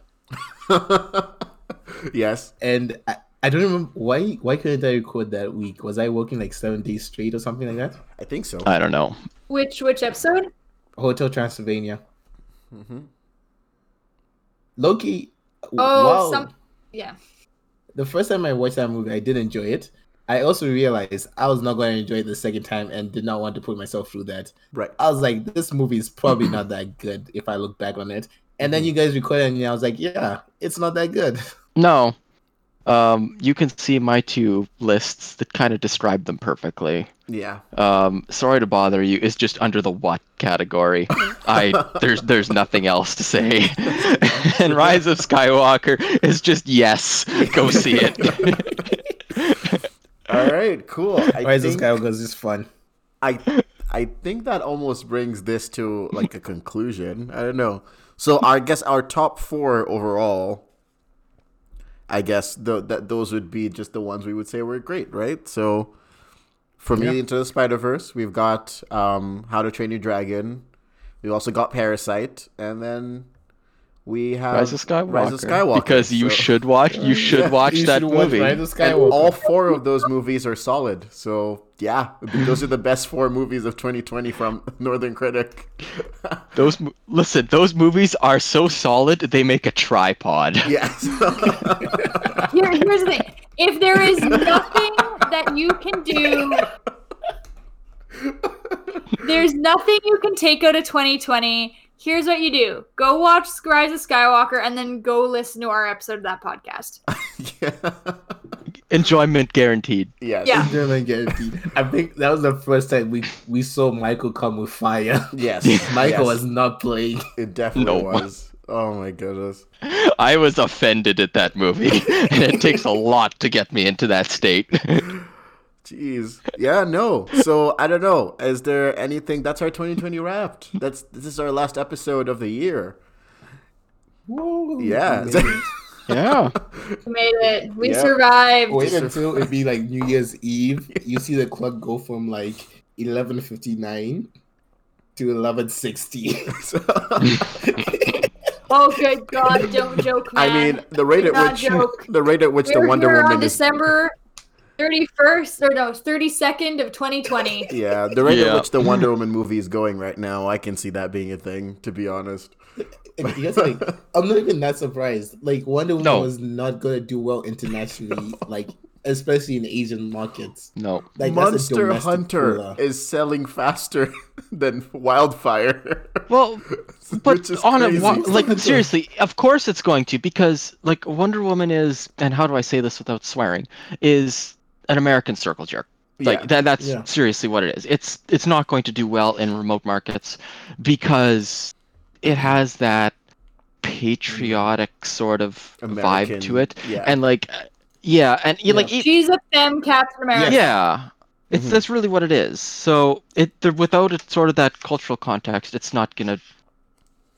Speaker 1: yes,
Speaker 4: And I, I don't remember why. Why couldn't I record that week? Was I working like seven days straight or something like that?
Speaker 1: I think so.
Speaker 3: I don't know.
Speaker 2: Which which episode?
Speaker 4: Hotel Transylvania.
Speaker 1: hmm
Speaker 4: Loki.
Speaker 2: Oh,
Speaker 4: wow.
Speaker 2: some. Yeah.
Speaker 4: The first time I watched that movie, I did enjoy it. I also realized I was not going to enjoy it the second time and did not want to put myself through that.
Speaker 1: Right. uh,
Speaker 4: I was like, this movie is probably not that good if I look back on it. And
Speaker 2: Mm-hmm.
Speaker 4: then you guys recorded and I was like, yeah, it's not that good.
Speaker 3: No. Um, you can see my two lists that kind of describe them perfectly.
Speaker 1: Yeah.
Speaker 3: Um, sorry to bother you is just under the what
Speaker 1: *laughs*
Speaker 3: category. I there's there's nothing else to say. *laughs* and Rise of Skywalker is just yes, go see
Speaker 1: *laughs*
Speaker 3: it.
Speaker 1: All right. Cool. I
Speaker 4: Rise of
Speaker 1: think-
Speaker 4: Skywalker is just fun.
Speaker 1: I I think that almost brings this to like a conclusion. I don't know. So I guess our top four overall. I guess the, that those would be just the ones we would say were great, right? So, from
Speaker 4: Yeah.
Speaker 1: me into the Spider Verse, we've got um, How to Train Your Dragon. We've also got Parasite, and then we have
Speaker 3: Rise of Skywalker.
Speaker 1: Um, Rise of Skywalker.
Speaker 3: Because you
Speaker 1: So- *laughs*
Speaker 3: should watch you should
Speaker 1: Yeah,
Speaker 3: watch
Speaker 4: You
Speaker 3: that
Speaker 4: should watch
Speaker 3: movie.
Speaker 4: Rise of
Speaker 1: and
Speaker 4: Skywalker.
Speaker 1: all four of those movies are solid. So yeah, those are the best four movies of 2020 from *laughs* Northern Critic.
Speaker 3: Those mo- listen, those movies are so solid they make a tripod.
Speaker 1: *laughs* yes.
Speaker 2: Here, here's the thing. If
Speaker 1: *laughs*
Speaker 2: there is nothing that you can do, there's nothing you can take out of 2020. Here's what you do: go watch Rise of Skywalker, and then go listen to our episode of that podcast.
Speaker 1: yeah.
Speaker 3: *laughs* Enjoyment guaranteed.
Speaker 1: Yes.
Speaker 2: Yeah.
Speaker 4: German guaranteed. *laughs* I think that was the first time we, we saw Michael come with fire. *laughs*
Speaker 1: Yes.
Speaker 4: Michael
Speaker 1: Yes.
Speaker 4: was not playing.
Speaker 1: It definitely
Speaker 3: No.
Speaker 1: was. Oh my goodness.
Speaker 3: I was offended at that movie, *laughs* and it takes a lot to get me into that state. *laughs*
Speaker 1: Jeez. Yeah. No. So I don't know. Is there anything? That's our 2020 wrapped. That's this is our last episode of the year. *laughs*
Speaker 4: Woo.
Speaker 1: Yeah.
Speaker 3: yeah.
Speaker 2: We made it. We
Speaker 1: Yeah.
Speaker 2: survived.
Speaker 4: Wait
Speaker 1: Just-
Speaker 4: until it be like New Year's Eve. You see the clock go from like eleven fifty nine to eleven sixty.
Speaker 1: So-
Speaker 2: Oh, good God! Don't joke, man.
Speaker 1: *laughs* I mean, the rate at
Speaker 2: Not
Speaker 1: which
Speaker 2: joke.
Speaker 1: the rate at which
Speaker 2: We're
Speaker 1: the Wonder
Speaker 2: here
Speaker 1: Woman
Speaker 2: on
Speaker 1: is
Speaker 2: December thirty first or no thirty second of twenty twenty.
Speaker 1: yeah, the rate at
Speaker 3: Yeah.
Speaker 1: which the Wonder Woman movie is going right now, I can see that being a thing. To be honest,
Speaker 4: *laughs* And you
Speaker 1: *laughs*
Speaker 4: guys, like, I'm not even that surprised. Like Wonder Woman
Speaker 3: No.
Speaker 4: was not gonna do well internationally, like especially in Asian markets.
Speaker 3: No.
Speaker 4: Like that's a
Speaker 1: Monster
Speaker 4: domestic
Speaker 1: Hunter
Speaker 4: thriller.
Speaker 1: is selling faster *laughs* than Wildfire. *laughs*
Speaker 3: Well,
Speaker 1: which
Speaker 3: but
Speaker 1: is
Speaker 3: on a,
Speaker 1: crazy.
Speaker 3: wa-
Speaker 1: *laughs*
Speaker 3: like seriously, of course it's going to because like Wonder Woman is, and how do I say this without swearing, is an American circle jerk. Like
Speaker 1: Yeah.
Speaker 3: that, that's
Speaker 4: Yeah.
Speaker 3: seriously what it is. It's it's not going to do well in remote markets because it has that patriotic sort of vibe to
Speaker 1: American-
Speaker 3: it,
Speaker 1: yeah.
Speaker 3: and like uh, yeah, and you
Speaker 4: Yeah.
Speaker 3: like e-
Speaker 2: She's a femme Captain America.
Speaker 3: yeah. It's
Speaker 1: Mhm.
Speaker 4: Mm-hmm.
Speaker 3: that's really what it is. So it the, without it sort of that cultural context, it's not gonna.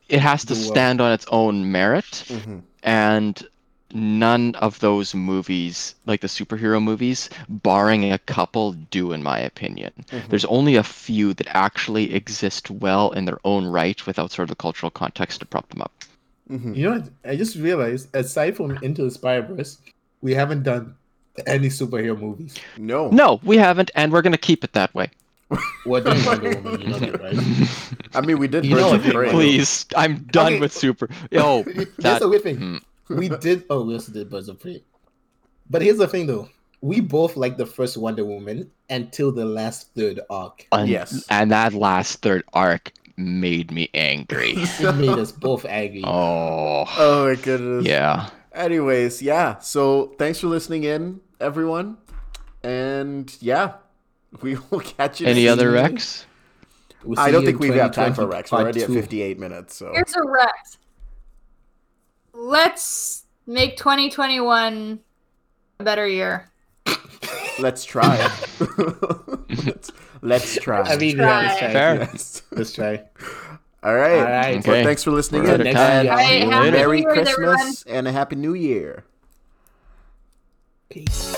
Speaker 3: It has to
Speaker 4: Do well.
Speaker 3: stand on its own merit,
Speaker 1: Mhm.
Speaker 3: and none of those movies, like the superhero movies, barring a couple, do in my opinion.
Speaker 1: Mhm.
Speaker 3: There's only a few that actually exist well in their own right without sort of the cultural context to prop them up.
Speaker 1: Mhm.
Speaker 4: You know what? I just realized, aside from Into the Spider Verse, we haven't done any superhero movies.
Speaker 1: No,
Speaker 3: No, we haven't, and we're gonna keep it that way.
Speaker 4: Well, then Wonder Woman, you know that, *laughs* right?
Speaker 1: I mean we did.
Speaker 4: You know
Speaker 1: Birds
Speaker 4: I
Speaker 1: of
Speaker 4: think-
Speaker 1: Prey.
Speaker 3: Please, I'm done
Speaker 4: Okay.
Speaker 3: with super. Oh,
Speaker 4: That's
Speaker 3: that
Speaker 4: the weird thing.
Speaker 3: mm.
Speaker 4: We did. Oh, we also did Birds of Prey. But here's the thing, though. We both like the first Wonder Woman until the last third arc.
Speaker 3: un-
Speaker 1: Yes.
Speaker 3: And that last third arc made me angry.
Speaker 4: It made us both angry.
Speaker 3: oh.
Speaker 1: Oh my goodness.
Speaker 3: Yeah.
Speaker 1: Anyways, yeah. So thanks for listening in, everyone. And yeah, we will *laughs* catch you.
Speaker 3: Any
Speaker 1: next
Speaker 3: other
Speaker 1: week.
Speaker 3: Rex?
Speaker 4: We'll
Speaker 1: I
Speaker 4: see
Speaker 1: don't
Speaker 4: you in
Speaker 1: think we've got time for
Speaker 4: 2020
Speaker 1: Rex. We're
Speaker 4: part
Speaker 1: already at
Speaker 4: two.
Speaker 1: 58 minutes. So
Speaker 2: Here's a Rex. Let's make 2021 a better year.
Speaker 1: let's
Speaker 4: *laughs*
Speaker 1: try it. let's, let's try.
Speaker 4: I mean, yeah, let's try.
Speaker 3: Fair.
Speaker 1: Yes.
Speaker 4: Let's try.
Speaker 1: All right.
Speaker 4: All right.
Speaker 1: Well,
Speaker 3: Okay.
Speaker 1: thanks for listening
Speaker 3: We're
Speaker 1: in.
Speaker 3: out of
Speaker 1: And uh,
Speaker 4: time.
Speaker 2: All right,
Speaker 3: See you
Speaker 2: happy
Speaker 3: later.
Speaker 1: Merry
Speaker 2: New Year's, everyone.
Speaker 1: Christmas and a Happy New Year.
Speaker 4: Peace.